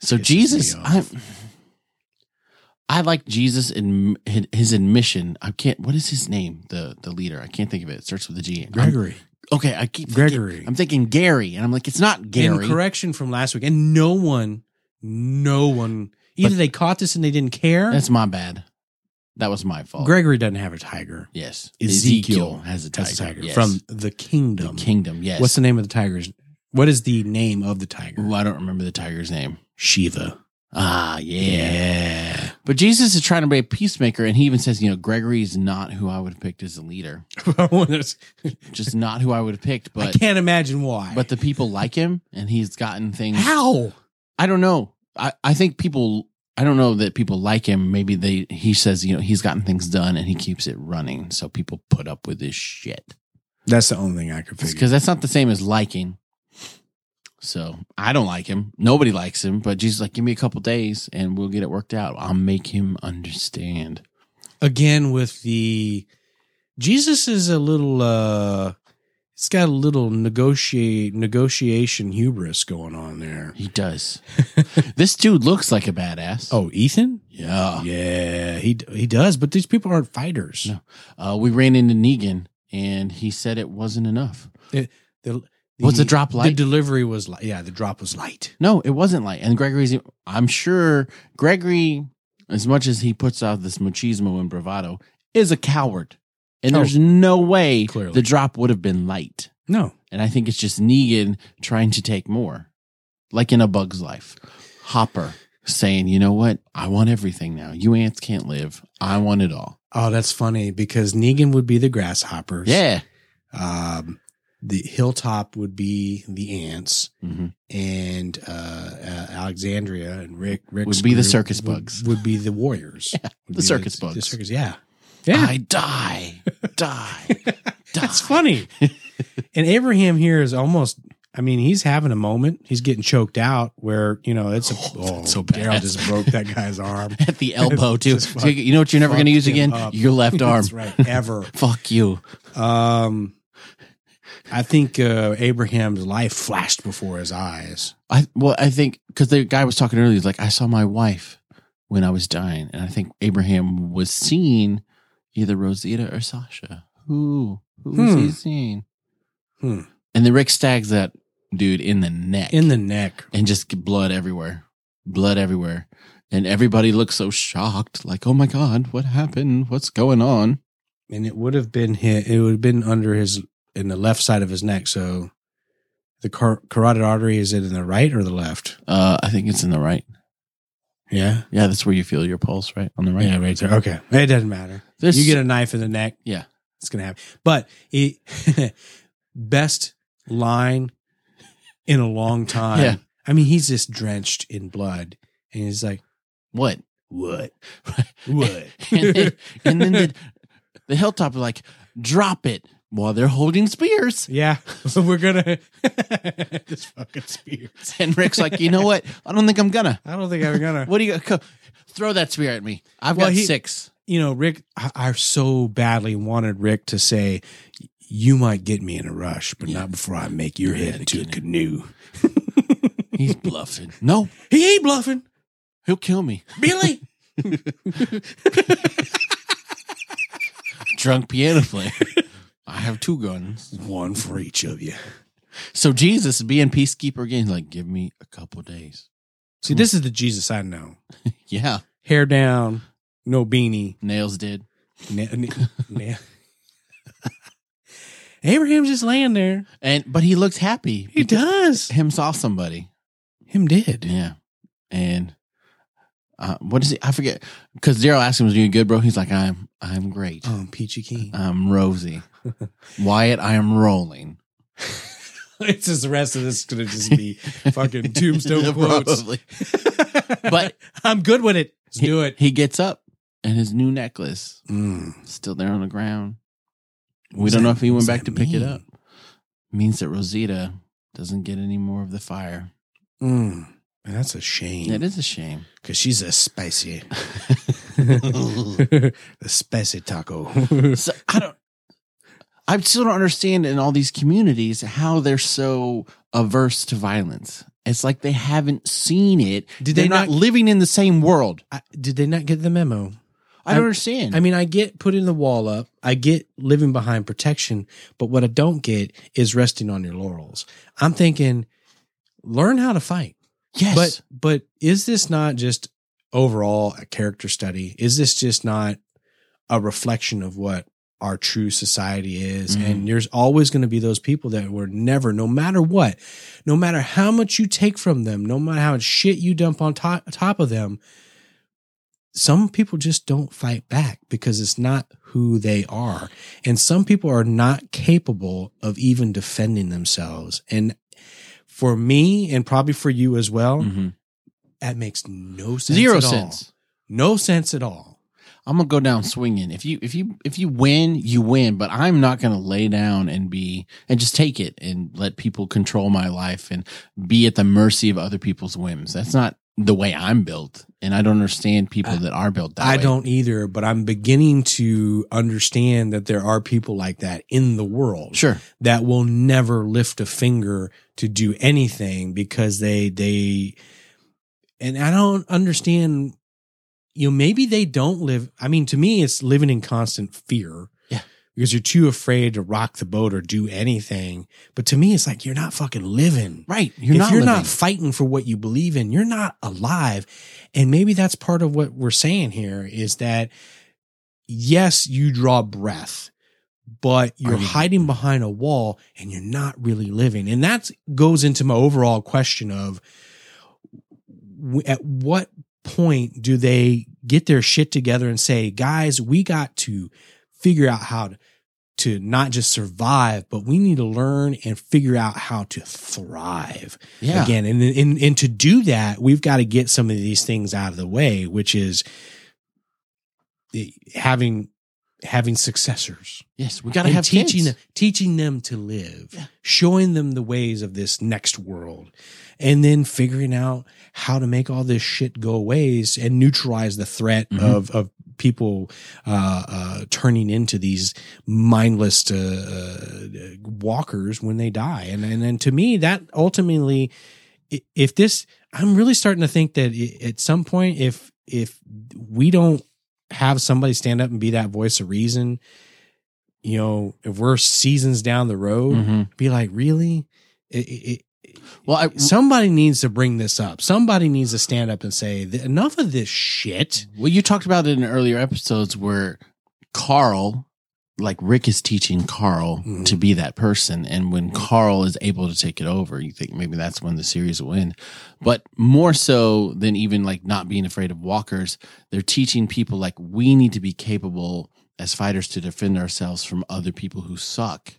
So
Pisses
Jesus,
me
I
off.
I like Jesus in his admission. I can't. What is his name? The the leader. I can't think of it. It starts with a G. I'm-
Gregory.
okay, I keep thinking-
Gregory.
I'm thinking Gary, and I'm like, it's not Gary.
In correction from last week, and no one, no one. Either they caught this and they didn't care.
That's my bad. That was my fault.
Gregory doesn't have a tiger.
Yes.
Ezekiel
has a tiger.
That's a tiger
Yes.
from the
the
kingdom.
kingdom. Yes.
What's the name of the tiger's? What is the name of the tiger?
Ooh, I don't remember the tiger's name.
Shiva. <laughs>
Ah, yeah.
Yeah.
But Jesus is trying to be a peacemaker, and he even says, you know, Gregory is not who I would have picked as a leader. Just not who I would have picked,
I
but
can't imagine why.
but the people like him, and he's gotten things.
how?
I don't know. I, I think people. I don't know that people like him. Maybe they. He says, you know, he's gotten things done, and he keeps it running, so people put up with his shit.
That's the only thing I could
Because that's not the same as liking. So I don't like him. Nobody likes him. But Jesus, is like, give me a couple days and we'll get it worked out. I'll make him understand.
Again, with the Jesus is a little, uh, it's got a little negotiate negotiation hubris going on there.
He does. <laughs> this dude looks like a badass.
Oh, Ethan?
yeah.
Yeah, he he does, but these people aren't fighters.
No. Uh, we ran into Negan and he said it wasn't enough.
The,
Was the drop
The
light?
delivery was light. Yeah, the drop was light.
No, it wasn't like. And Gregory's, I'm sure Gregory, as much as he puts out this machismo and bravado, is a coward. And
Oh.
there's no way
Clearly.
the drop would have been light.
No,
And I think it's just Negan trying to take more, like in A Bug's Life. Hopper saying, you know what? I want everything now. You ants can't live. I want it all.
Oh, that's funny because Negan would be the grasshoppers.
Yeah.
Um, the hilltop would be the ants,
hmm
and uh, uh, Alexandria and Rick Rick's
Would be the
group
circus
would-
bugs.
Would be the warriors. Would
the
be
circus
the, The
bugs.
circus. Yeah.
I die, die, die.
<laughs> that's funny. and Abraham here is almost. I mean, he's having a moment. He's getting choked out. Where you know it's a, oh,
so
Daryl
bad.
just broke that guy's arm.
<laughs> At the elbow too.
Just
So you- you know what you're never going to use
fucked him
again?
up.
Your <laughs>
<laughs>
left arm.
That's right. Ever.
Fuck you.
Um, I think uh, Abraham's life flashed before his eyes.
I well, I think because the guy was talking earlier, he's like, I saw my wife when I was dying, and I think Abraham was seeing either Rosita or Sasha. Who who was
Hmm.
he seeing?
Hmm.
And the Rick stags that dude in the neck,
In the neck.
and just get blood everywhere, blood everywhere, and everybody looks so shocked, like, oh my god, what happened? What's going on?
And it would have been hit, it would have been under his, in the left side of his neck. So the car- carotid artery, is it in the right or the left?
Uh, I think it's in the right.
Yeah.
Yeah, that's where you feel your pulse, right on the right.
Yeah, right there. Okay. It doesn't matter.
This
you get a knife in the neck.
Yeah.
It's going to happen. But he, <laughs> best line in a long time.
Yeah.
I mean, he's just drenched in blood. And he's like, <laughs>
what? <laughs>
What? What? <laughs>
and then, and then the, the hilltop are like, drop it while they're holding spears.
yeah. <laughs> So
<laughs>
we're gonna this fucking spears.
And Rick's like, you know what? I don't think I'm gonna.
I don't think I'm gonna.
What do you co- throw that spear at me? I've
Well,
got
he-
six.
you know, Rick. I, I so badly wanted Rick to say, "You might get me in a rush, but
Yeah.
not before I make your
Your
head
head
into a
again.
canoe."
He's bluffing. No,
He ain't bluffing,
he'll kill me. <laughs>
Billy.
Drunk piano
<laughs>
player. I have two guns.
<laughs> One for each of you.
So Jesus being peacekeeper again, he's like, give me a couple days.
See, this is the Jesus I know.
Yeah,
Hair down, no beanie.
nails did.
Na- na- na- <laughs> Abraham's just laying there.
And but he looks happy.
He does.
Him saw somebody.
Him did.
Yeah. And uh, what is it? I forget. Because Daryl asked him, "Was you good, bro?" He's like, "I'm, I'm great.
Um, Peachy King.
I'm rosy. Wyatt, I am rolling."
<laughs> it's just the rest of this is gonna just
<laughs>
be <laughs> fucking tombstone quotes.
Probably.
but I'm good with it. Let's do it.
He gets up, and his new necklace
Mm.
is still there on the ground. We
does
don't know
that-
if he
what
went
does
back
that
to pick it
mean?
up. Means that Rosita doesn't get any more of the fire.
Mm. Man, that's a shame
It is a shame.
because she's a spicy, <laughs> the
<laughs>
spicy
<laughs>
taco.
so I don't. I still don't understand in all these communities how they're so averse to violence. It's like they haven't seen it.
Did
They're
they
not,
not-
living in the same world.
I, did they not get the memo?
I don't
I-
understand.
I mean, I get putting the wall up. I get living behind protection, but what I don't get is resting on your laurels. I'm thinking, learn how to fight.
yes,
But but is this not just overall a character study? Is this just not a reflection of what our true society is?
Mhm.
And there's always going to be those people that were never, no matter what, no matter how much you take from them, no matter how much shit you dump on top, top of them, some people just don't fight back because it's not who they are. And some people are not capable of even defending themselves. And for me, and probably for you as well,
Mhm.
that makes no sense.
zero
at all.
sense.
No sense at all.
I'm gonna go down swinging. If you if you if you win, you win. But I'm not gonna lay down and be and just take it and let people control my life and be at the mercy of other people's whims. That's not the way I'm built, and I don't understand people that are built that
I
way.
don't either, but I'm beginning to understand that there are people like that in the world
Sure,
that will never lift a finger to do anything because they they and I don't understand you know maybe they don't live I mean to me it's living in constant fear.
Yeah.
Because you're too afraid to rock the boat or do anything. But to me it's like you're not fucking living
right? You're
if
not.
you're
living.
not fighting for what you believe in, you're not alive. And maybe that's part of what we're saying here is that yes, you draw breath, but you're
Are you-
hiding behind a wall and you're not really living. And that goes into my overall question of w- at what point do they get their shit together and say, guys, we got to figure out how to to not just survive, but we need to learn and figure out how to thrive
yeah.
again. And, and and to do that, we've got to get some of these things out of the way, which is eh, having having successors
Yes, we gotta
and
have
teaching
teaching.
them, teaching them to live,
Yeah.
showing them the ways of this next world, and then figuring out how to make all this shit go away and neutralize the threat
Mhm.
of of people uh, uh, turning into these mindless uh, uh, walkers when they die. And and and to me, that ultimately, i- if this, I'm really starting to think that i- at some point, if if we don't have somebody stand up and be that voice of reason you know if we're seasons down the road
Mhm.
be like really It- it- it-
Well, I,
Mm. somebody needs to bring this up somebody needs to stand up and say "Th- enough of this shit
Well, you talked about it in earlier episodes where Carl, like Rick is teaching Carl
Mhm.
to be that person. And when Carl is able to take it over, you think maybe that's when the series will end. But more so than even like not being afraid of walkers, they're teaching people like we need to be capable as fighters to defend ourselves from other people who suck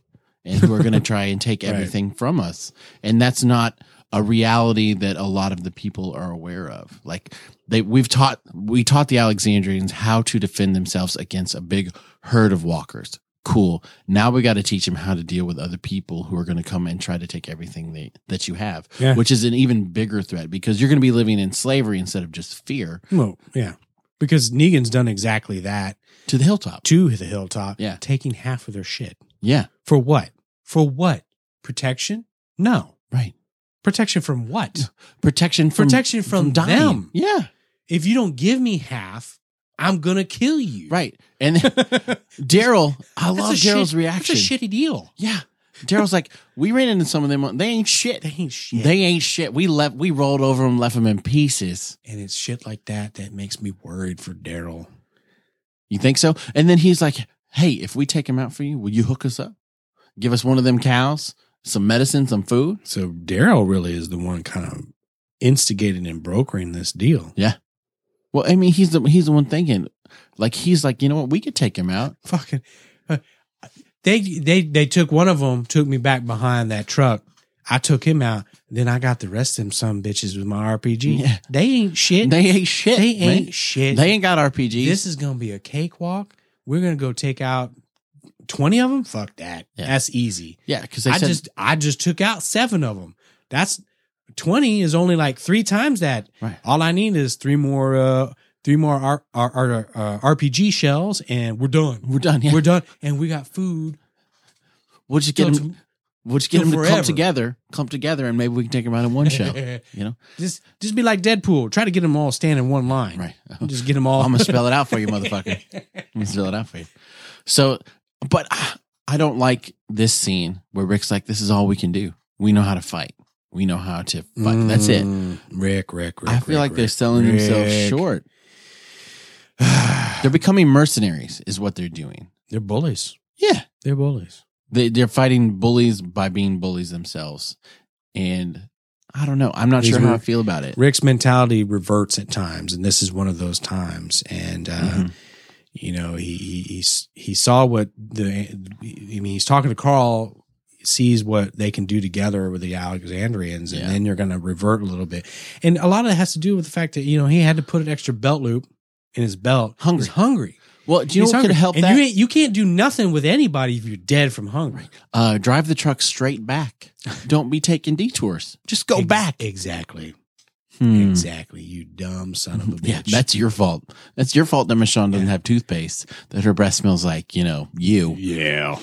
and who are
<laughs>
going to try and take
Right.
everything from us. And that's not a reality that a lot of the people are aware of. Like they we've taught we taught the Alexandrians how to defend themselves against a big herd of walkers. Cool. Now we got to teach them how to deal with other people who are going to come and try to take everything they, that you have,
Yeah.
which is an even bigger threat because you're going to be living in slavery instead of just fear
well yeah because negan's done exactly that
to the hilltop.
to the hilltop
Yeah.
taking half of their shit
Yeah,
for what for what protection no
right.
protection from what
Protection from
protection from,
dying.
them
Yeah,
if you don't give me half i'm gonna kill you <laughs>
right. And <laughs> Daryl, I love
That's a
Daryl's
shit-
reaction.
That's a shitty deal.
Yeah. Daryl's like, we ran into some of them. They ain't shit.
They ain't shit.
They ain't shit. We left. We rolled over them, left them in pieces.
and it's shit like that that makes me worried for Daryl.
You think so? And then he's like, hey, if we take him out for you, will you hook us up? Give us one of them cows, some medicine, some food.
So Daryl really is the one kind of instigating and brokering this deal.
Well, I mean, he's the he's the one thinking, like he's like, you know what? We could take him out.
Fucking, uh, they they they took one of them, took me back behind that truck. I took him out. Then I got the rest of them some bitches with my RPG.
Yeah.
They ain't shit.
They ain't shit.
They ain't
man.
shit.
They ain't got RPGs.
this is gonna be a cakewalk. We're gonna go take out twenty of them. Fuck that.
Yeah.
That's easy.
yeah, because they
I
said
just I just took out seven of them. That's twenty is only like three times that.
Right.
All I need is three more uh three more R- R- R- uh, RPG shells and we're done.
we're done. Yeah,
We're done, and we got food.
we'll just get
till
him. we'll just get
till
him to
forever.
clump together, clump together, and maybe we can take him out in one
<laughs>
show.
to-
you know,
just just be like Deadpool. Try to get them all stand in one line.
right?
Just get them all.
I'm gonna spell it out for you,
<laughs>
motherfucker. I'm gonna spell it out for you. So, but I, I don't like this scene where Rick's like, "This is all we can do. We know how to fight. We know how to fight. That's it."
Mm, Rick, Rick, Rick.
I feel like
Rick,
they're
Rick.
selling themselves
Rick.
short. They're becoming mercenaries, is what they're doing.
They're bullies.
Yeah,
They're bullies.
they they're fighting bullies by being bullies themselves, and I don't know. I'm not
These
sure how
were-
I feel about it.
Rick's mentality reverts at times, and this is one of those times. And uh,
Mhm.
you know he he he's, he saw what the I mean he's talking to Carl sees what they can do together with the Alexandrians and
Yeah.
then you're going to revert a little bit and a lot of it has to do with the fact that you know he had to put an extra belt loop in his belt
Hungry.
He's hungry
Well, do you
He's
know what could
hungry.
help
and
that?
You, ain't- you can't do nothing with anybody if you're dead from hunger.
uh, drive the truck straight
<laughs>
back. Don't be taking detours. Just go
Ex-
back.
Exactly.
Hmm.
Exactly. You dumb son of a
<laughs>
bitch.
Yeah, that's your fault. That's your fault that Michonne doesn't have toothpaste. That her breath smells like you know you.
yeah.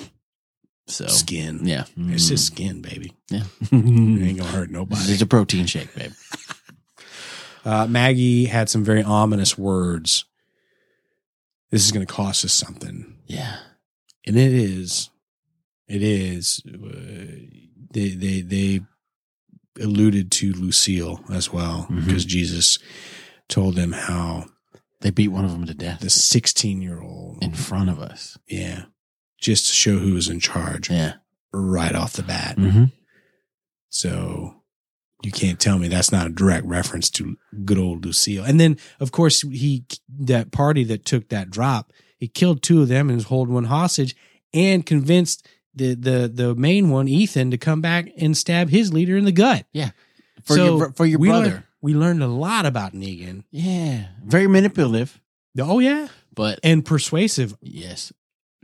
So
Skin.
yeah,
It's just skin, baby. It
Mm.
ain't gonna hurt nobody.
it's a protein shake, babe.
Uh, Maggie had some very ominous words. This is gonna cost us something,
Yeah,
and it is. It is. Uh, they they they alluded to Lucille as well
Mhm.
because Jesus told them how
they beat one of them to death
the sixteen year old,
in front of us.
yeah, just to show who was in charge
Yeah,
right off the bat.
mm-hmm.
So you can't tell me that's not a direct reference to good old Lucille. And then, of course, he that party that took that drop, he killed two of them and was holding one hostage, and convinced the the the main one, Ethan, to come back and stab his leader in the gut.
for
So
your for your
we
brother.
learned- we learned a lot about Negan.
yeah, very manipulative,
Oh yeah,
but
and persuasive.
yes,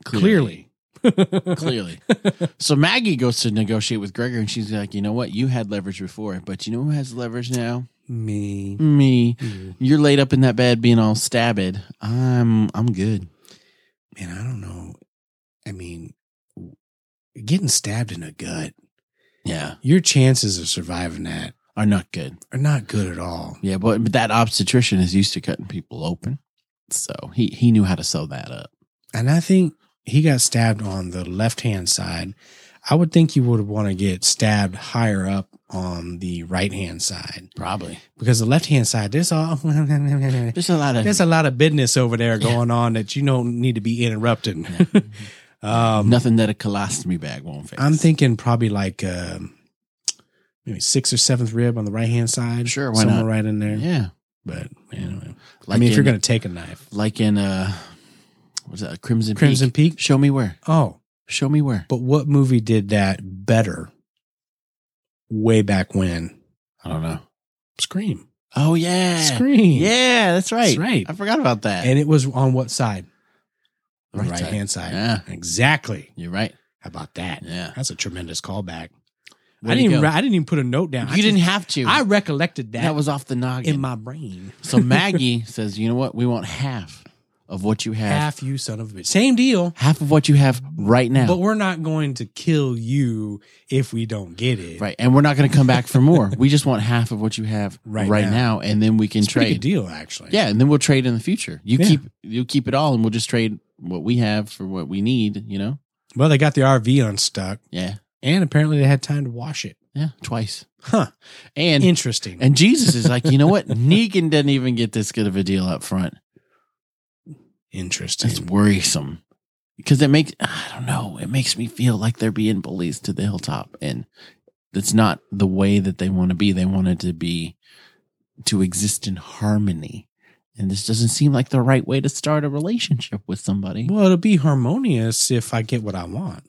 Clearly,
clearly. so Maggie goes to negotiate with Gregor, and she's like, "You know what? You had leverage before, but you know who has leverage now?
<laughs> me.
Me.
Man,
You're laid up in that bed, being all stabbed. I'm, I'm good.
I don't know. I mean, getting stabbed in the gut.
Yeah,
your chances of surviving that
are not good.
are not good at all.
Yeah, but, but that obstetrician is used to cutting people open, so he he knew how to sew that up.
And I think he got stabbed on the left hand side. I would think you would want to get stabbed higher up on the right hand side
Probably.
because the left hand side, there's all
There's a lot of
there's a <laughs> lot of business over there going on that you don't need to
<laughs>
be interrupting. um,
nothing that a colostomy bag won't fix.
I'm thinking probably like um maybe sixth or seventh rib on the right hand side.
Sure, why
somewhere
not?
right in there.
yeah,
But anyway,
like
I mean, if you're
in-
gonna take a knife,
like in uh, what's that? Crimson
Crimson
Peak.
Peak.
Show me where.
Oh,
Show me where.
But what movie did that better way back when?
I don't know.
Scream.
Oh yeah,
Scream.
yeah, that's right.
That's right.
I forgot about that.
And it was on what side? The
Right
right,
side.
hand side.
yeah,
Exactly.
you're right.
How about that?
Yeah,
That's a tremendous callback.
Way to
I didn't even
go.
I didn't even put a note down. I
you didn't
just-
have to.
I recollected that,
that, was off the noggin.
in my brain.
so Maggie <laughs> says, "You know what? We want half of what you have. Half,
Half you son of a bitch. Same deal.
of what you have right now.
But we're not going to kill you if we don't get it.
right, and we're not going to come back for more. we just want half of what you have <laughs> right,
Right
now.
now.
and then we can
It's a pretty
trade.
good deal, actually.
Yeah, and then we'll trade in the future. You
Yeah.
keep you keep it all, and we'll just trade what we have for what we need. You know?
Well, they got the RV unstuck,
Yeah,
and apparently they had time to wash it.
yeah, twice.
Huh.
And
Interesting.
And Jesus is like, you know what? <laughs> Negan didn't even get this good of a deal up front.
Interesting.
It's worrisome because it makes I don't know. It makes me feel like they're being bullies to the hilltop, and that's not the way that they want to be. They wanted to be to exist in harmony, and this doesn't seem like the right way to start a relationship with somebody.
Well, it'll be harmonious if I get what I want.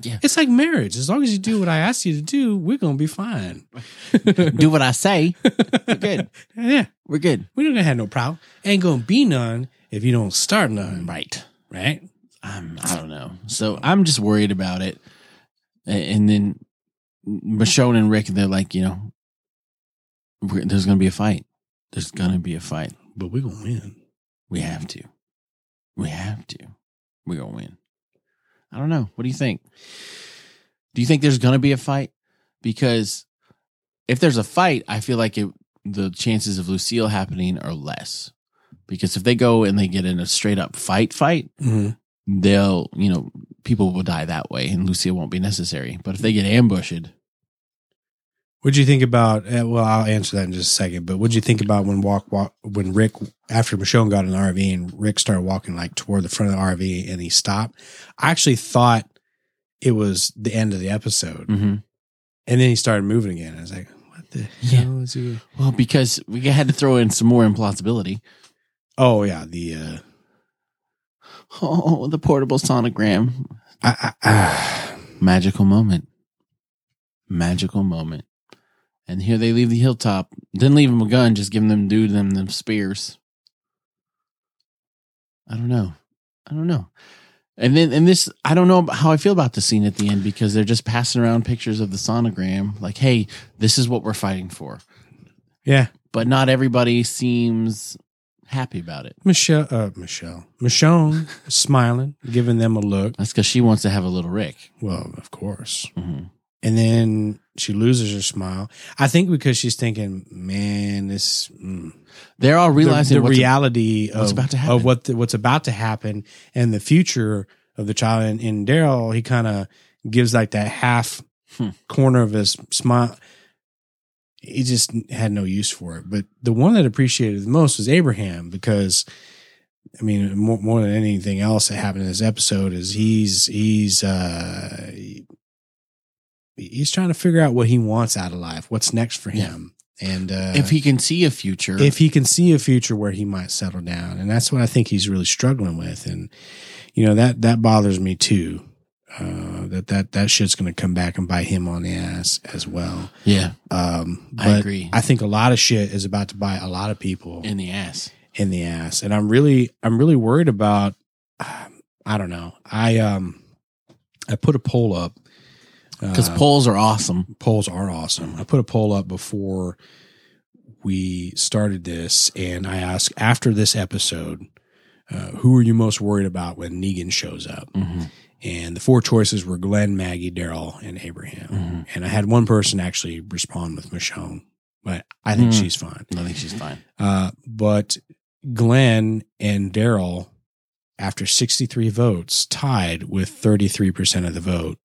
Yeah.
It's like marriage. As long as you do what I ask you to do, we're going to be fine.
Do what I say. good.
Yeah.
We're good.
We're not going to have no problem. Ain't going to be none if you don't start none.
Right.
Right.
um, I don't know. So I'm just worried about it. A- And then Michonne and Rick, they're like, you know, we're, there's going to be a fight. There's going to be a fight.
But we're going to win.
We have to. We have to. We're going to win. I don't know. What do you think? Do you think there's going to be a fight? Because if there's a fight, I feel like it, the chances of Lucille happening are less. Because if they go and they get in a straight up fight, fight, they'll, you know, people will die that way and Lucia won't be necessary. But if they get ambushed,
What'd you think about? Uh, well, I'll answer that in just a second. But what'd you think about when walk, walk when Rick after Michonne got in the RV and Rick started walking like toward the front of the RV and he stopped? I actually thought it was the end of the episode,
Mm-hmm.
and then he started moving again. I was like, "What the
Yeah.
hell is he?"
well, because we had to throw in some more implausibility.
Oh yeah, the uh,
<laughs> Oh, the portable sonogram.
I, I, ah.
Magical moment. Magical moment. And here they leave the hilltop. Didn't leave them a gun, just give them, do them, them spears. I don't know. I don't know. And then and this I don't know how I feel about the scene at the end because they're just passing around pictures of the sonogram like hey, this is what we're fighting for.
Yeah.
But not everybody seems happy about it.
Michelle, uh, Michelle, Michonne smiling, giving them a look.
That's cuz she wants to have a little Rick.
Well, of course.
Mhm.
And then she loses her smile. I think because she's thinking, man, this mm,
They're all realizing
the, the
what's-
reality
what's
of,
about to happen.
of what the, what's about to happen and the future of the child. And, and Daryl, he kind of gives like that half
Hmm.
corner of his smile. He just had no use for it. But the one that appreciated it the most was Abraham because, I mean, more, more than anything else that happened in this episode is he's he's uh, he- he's trying to figure out what he wants out of life, what's next for
Yeah.
him. And uh,
if he can see a future.
if he can see a future where he might settle down and that's what i think he's really struggling with and you know that that bothers me too uh that that that shit's gonna come back and bite him on the ass as well
yeah,
um but
I agree.
I think a lot of shit is about to bite a lot of people
in the ass.
in the ass and i'm really i'm really worried about <sighs> um, i don't know i um i put a poll up
Cuz
uh,
polls are awesome.
polls are awesome. I put a poll up before we started this, and I asked after this episode, uh, who are you most worried about when Negan shows up?
Mhm.
And the four choices were Glenn, Maggie, Daryl, and Abraham.
Mhm.
And I had one person actually respond with Michonne, but I think
Mm.
she's fine.
I think she's fine.
Uh, but Glenn and Daryl, after 63 votes, tied with 33% of the vote.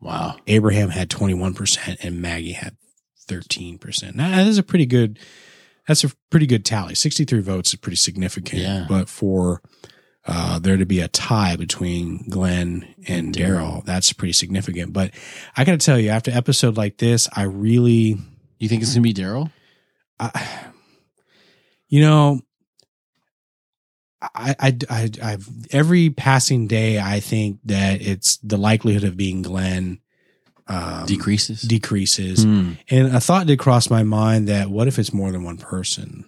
Wow.
Abraham had 21% and Maggie had 13%. Now, that is a pretty good that's a pretty good tally. 63 votes is pretty significant,
Yeah.
but for uh, there to be a tie between Glenn and Daryl, that's pretty significant. But I got to tell you, after an episode like this, I really,
You think it's going to be Daryl?
I, you know, I, I, I, I've every passing day, I think that it's the likelihood of being Glenn um,
Decreases.
decreases.
Mm.
And a thought did cross my mind that what if it's more than one person?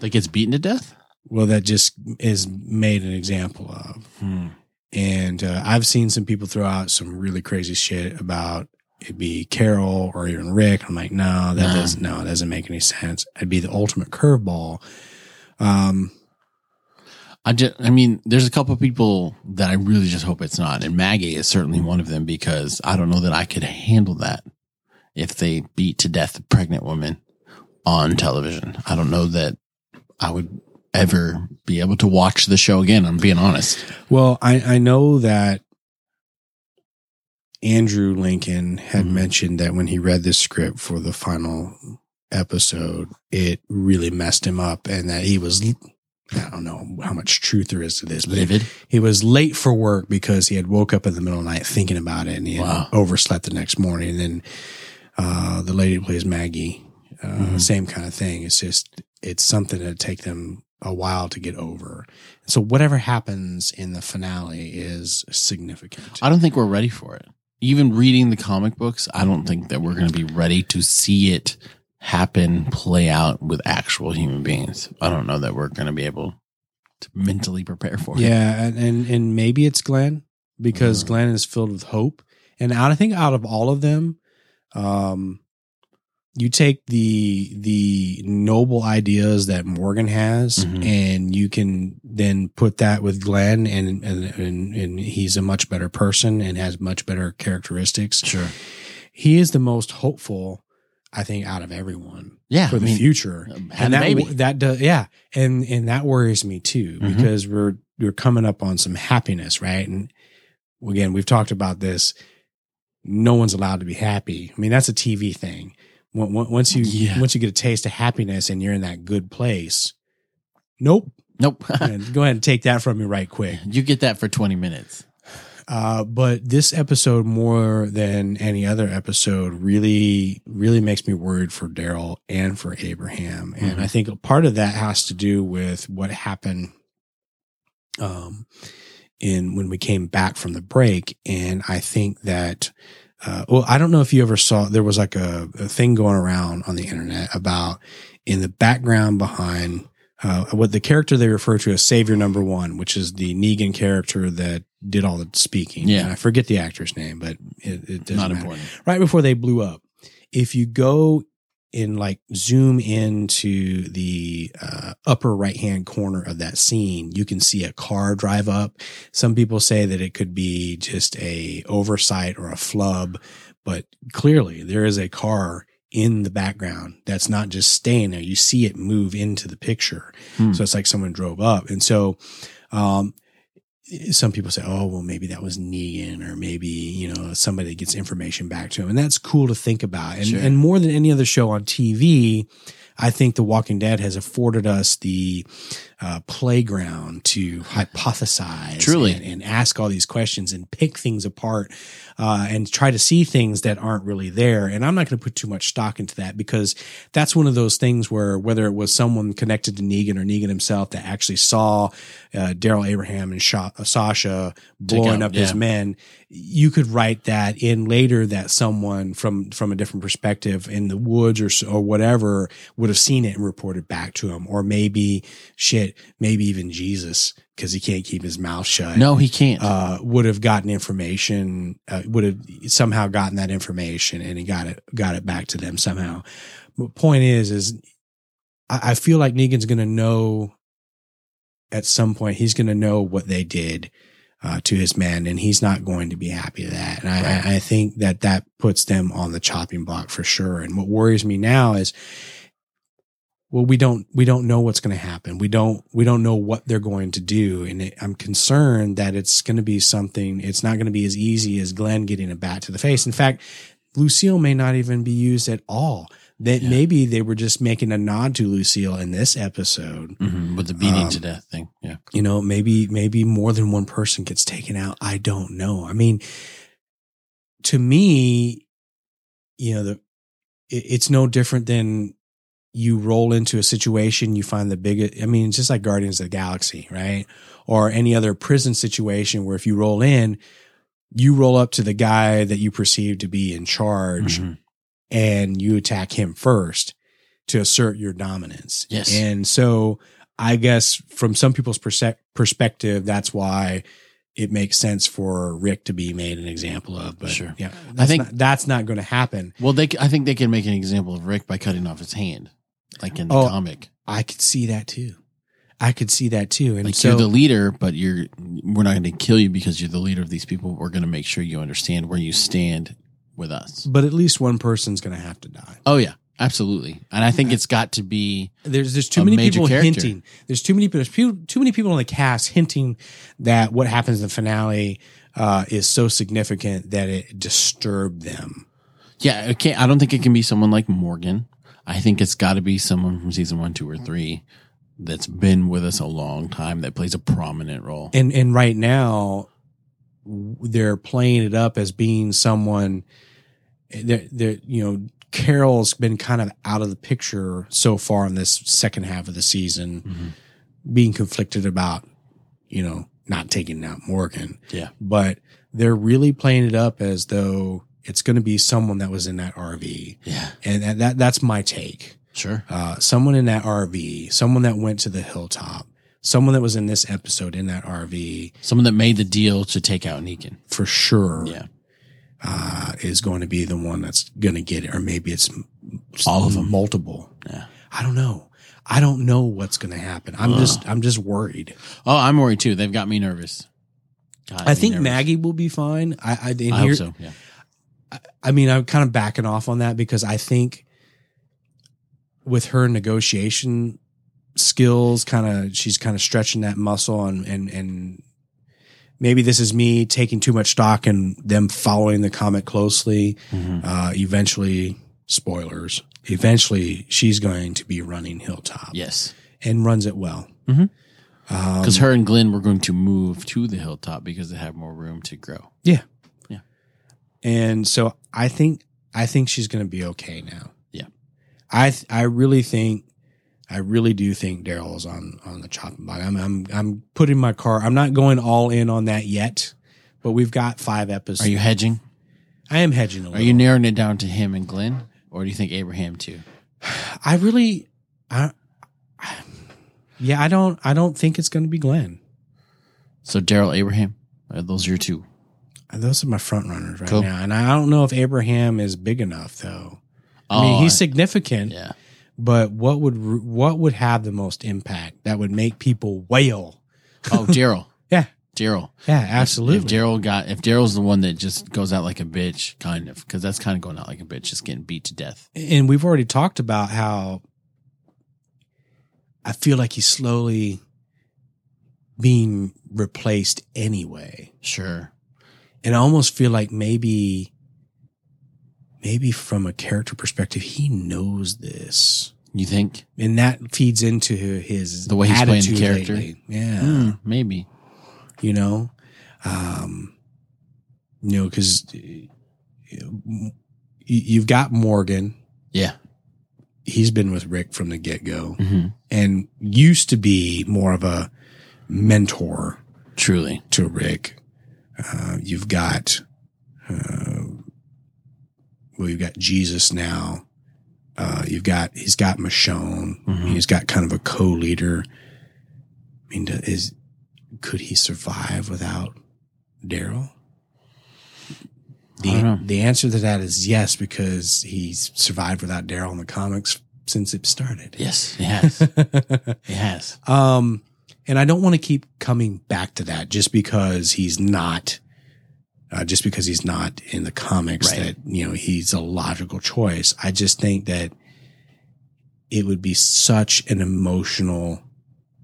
That gets beaten to death?
Well, that just is made an example of.
Hmm.
And uh, I've seen some people throw out some really crazy shit about it'd be Carol or even Rick. I'm like, no, that
Nah.
doesn't. No, it doesn't make any sense. It'd be the ultimate curveball. Um,
I just, I mean, there's a couple of people that I really just hope it's not, and Maggie is certainly one of them because I don't know that I could handle that if they beat to death a pregnant woman on television. I don't know that I would ever be able to watch the show again. I'm being honest.
Well, I, I know that Andrew Lincoln had
Mhm.
mentioned that when he read this script for the final episode, it really messed him up and that he was, I don't know how much truth there is to this, but
Livid.
he was late for work because he had woke up in the middle of the night thinking about it and he had
Wow.
overslept the next morning. And then uh, the lady who plays Maggie, uh,
Mhm.
same kind of thing. It's just, it's something that take them a while to get over. So whatever happens in the finale is significant.
I don't think we're ready for it. Even reading the comic books, I don't think that we're going to be ready to see it happen, play out with actual human beings. I don't know that we're going to be able to mentally prepare for it.
yeah, and, and and maybe it's Glenn because
Mhm.
Glenn is filled with hope. And out, I think out of all of them, um, you take the the noble ideas that Morgan has,
Mhm.
and you can then put that with Glenn, and and, and and he's a much better person and has much better characteristics.
Sure.
He is the most hopeful, I think, out of everyone
Yeah.
for
I
the
mean,
future
had
and
a
that
baby.
that does yeah and and that worries me too
Mhm.
because we're we're coming up on some happiness right and again we've talked about this no one's allowed to be happy i mean that's a tv thing Once- once once you
Yeah.
once you get a taste of happiness and you're in that good place
<laughs>
nope
nope.
And go ahead and take that from me right quick
you get that for 20 minutes.
uh, but this episode more than any other episode really really makes me worried for daryl and for abraham and
Mhm.
i think part of that has to do with what happened um in when we came back from the break and i think that uh, well i don't know if you ever saw there was like a, a thing going around on the internet about in the background behind uh, what the character they refer to as Savior Number One, which is the Negan character that did all the speaking.
Yeah.
And I forget the actor's name, but it, it doesn't
Not
matter
important.
right before they blew up. If you go and like zoom into the uh, upper right hand corner of that scene, you can see a car drive up. Some people say that it could be just a oversight or a flub, but clearly there is a car in the background that's not just staying there. You see it move into the picture.
Hmm.
So it's like someone drove up. And so, um, some people say, oh, well, maybe that was Negan or maybe, you know, somebody that gets information back to him. And that's cool to think about. And,
Sure.
and more than any other show on TV, I think The Walking Dead has afforded us the uh, playground to hypothesize
Truly.
and, and ask all these questions and pick things apart uh, and try to see things that aren't really there. And I'm not going to put too much stock into that because that's one of those things where whether it was someone connected to Negan or Negan himself that actually saw uh, Daryl Abraham and Sha- Sasha blowing
out,
up his
yeah.
men, you could write that in later that someone from from a different perspective in the woods or s- or whatever would have seen it and reported back to him, or maybe shit, maybe even Jesus because he can't keep his mouth shut
No, he can't.
uh, would have gotten information, uh, would have somehow gotten that information, and he got it got it back to them somehow. But point is, is I, I feel like Negan's going to know at some point he's going to know what they did uh, to his men, and he's not going to be happy with that. And I,
Right.
I, I think that that puts them on the chopping block for sure. And what worries me now is well we don't we don't know what's going to happen we don't we don't know what they're going to do and it, i'm concerned that it's going to be something it's not going to be as easy as glenn getting a bat to the face in fact lucille may not even be used at all that
Yeah.
maybe they were just making a nod to lucille in this episode
Mhm, With the beating
um,
to death thing. Yeah.
you know maybe maybe more than one person gets taken out i don't know i mean to me you know the it, it's no different than you roll into a situation you find the biggest i mean it's just like guardians of the galaxy right or any other prison situation where if you roll in you roll up to the guy that you perceive to be in charge
Mhm.
and you attack him first to assert your dominance.
Yes.
And so I guess from some people's perse- perspective, that's why it makes sense for Rick to be made an example of. But
Sure.
yeah,
I
that's
think-
not, that's not going to happen.
Well, they. c- I think they can make an example of Rick by cutting off his hand, like in the
Oh,
comic.
I could see that too. I could see that too. And
Like
so
you're the leader, but you're. We're not going to kill you because you're the leader of these people. We're going to make sure you understand where you stand with us.
but at least one person's going to have to die.
Oh yeah, absolutely. And I think it's got to be.
There's there's too
A
many
major
people
character.
hinting. There's too many there's few- too many people on the cast hinting that what happens in the finale uh, is so significant that it disturbed them.
Yeah, it can't. I don't think it can be someone like Morgan. I think it's got to be someone from season one, two, or three that's been with us a long time that plays a prominent role.
And and right now, w- they're playing it up as being someone. They're, they're you know Carol's been kind of out of the picture so far in this second half of the season,
Mhm.
being conflicted about you know not taking out Morgan.
Yeah.
but they're really playing it up as though it's going to be someone that was in that RV,
Yeah,
and that, that that's my take
sure.
uh, someone in that RV, someone that went to the hilltop, someone that was in this episode in that RV
Someone that made the deal to take out Negan.
for sure
Yeah.
uh, is going to be the one that's going to get it. Or maybe it's m-
All of them.
multiple.
Yeah.
I don't know. I don't know what's going to happen. I'm
Ugh.
just, I'm just worried.
Oh, I'm worried too. They've got me nervous. God,
I,
I'm
think
nervous.
Maggie will be fine. I, I, and
I
here-
hope so. Yeah.
I mean, I'm kind of backing off on that because I think with her negotiation skills, kind of she's kind of stretching that muscle, and and and maybe this is me taking too much stock in them following the comic closely.
Mm-hmm.
Uh, eventually, spoilers. Eventually, she's going to be running Hilltop
Yes,
and runs it well.
Mhm.
Um,
because her and Glenn were going to move to the hilltop because they have more room to grow.
And so I think I think she's going to be okay now.
Yeah.
I th- I really think I really do think Daryl is on on the chopping block. I'm I'm I'm putting my car. I'm not going all in on that yet, but we've got five
Are
episodes.
you hedging?
I am hedging a
Are
little.
you narrowing it down to him and
<sighs>
Glenn, or do you think Abraham too?
I really I Yeah, I don't. I don't think it's going to be Glenn.
So Daryl Abraham, uh, those are your two.
Uh, Those are my front runners right
Cool.
now, and I don't know if Abraham is big enough though. I
Oh,
mean, he's significant,
yeah.
but what would re- what would have the most impact that would make people wail?
Oh, Daryl.
<laughs> Yeah.
Daryl.
Yeah,
If
absolutely.
Daryl got, if Daryl's the one that just goes out like a bitch, kind of, because that's kind of going out like a bitch, just getting beat to death.
And we've already talked about how I feel like he's slowly being replaced anyway.
Sure.
and I almost feel like maybe, maybe from a character perspective, he knows this,
You think?
and that feeds into his
The way he's playing the
attitude
character.
lately. Yeah,
Hmm, maybe.
you know, um, you know, because you've got Morgan.
Yeah.
He's been with Rick from the get go,
hmm
and used to be more of a mentor
Truly.
to Rick. Uh, you've got, uh, well, you've got Jesus now. Uh, you've got he's got Michonne.
Mhm.
He's got kind of a co-leader. I mean, do- is could he survive without Daryl?
I don't
The
know.
the answer to that is yes, because he's survived without Daryl in the comics since
<laughs>
it started.
Yes. It
<laughs>
has. it has.
Um, and I don't want to keep coming back to that just because he's not, uh, just because he's not in the comics
Right.
that, you know, he's a logical choice. I just think that it would be such an emotional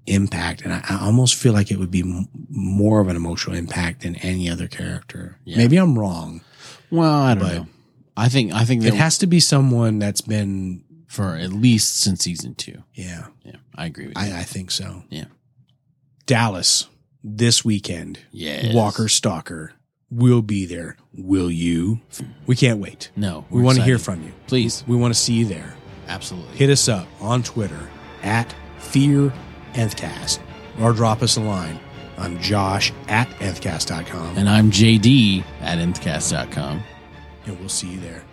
impact. And I, I almost feel like it would be m- more of an emotional impact than any other character.
Yeah.
Maybe I'm wrong.
Well, I don't
But-
know. I think, I think
It
that
has to be someone that's been,
for at least since season two.
yeah,
Yeah. I agree with you.
I, I think so.
Yeah.
Dallas this weekend.
Yeah.
Walker Stalker will be there. Will you? We can't wait.
No.
We
we're
want to hear
excited.
from you.
Please.
We want to see you there.
Absolutely.
Hit us up on Twitter at Fear Nthcast or drop us a line. I'm Josh at nthcast.com
And I'm JD at nthcast.com.
and we'll see you there.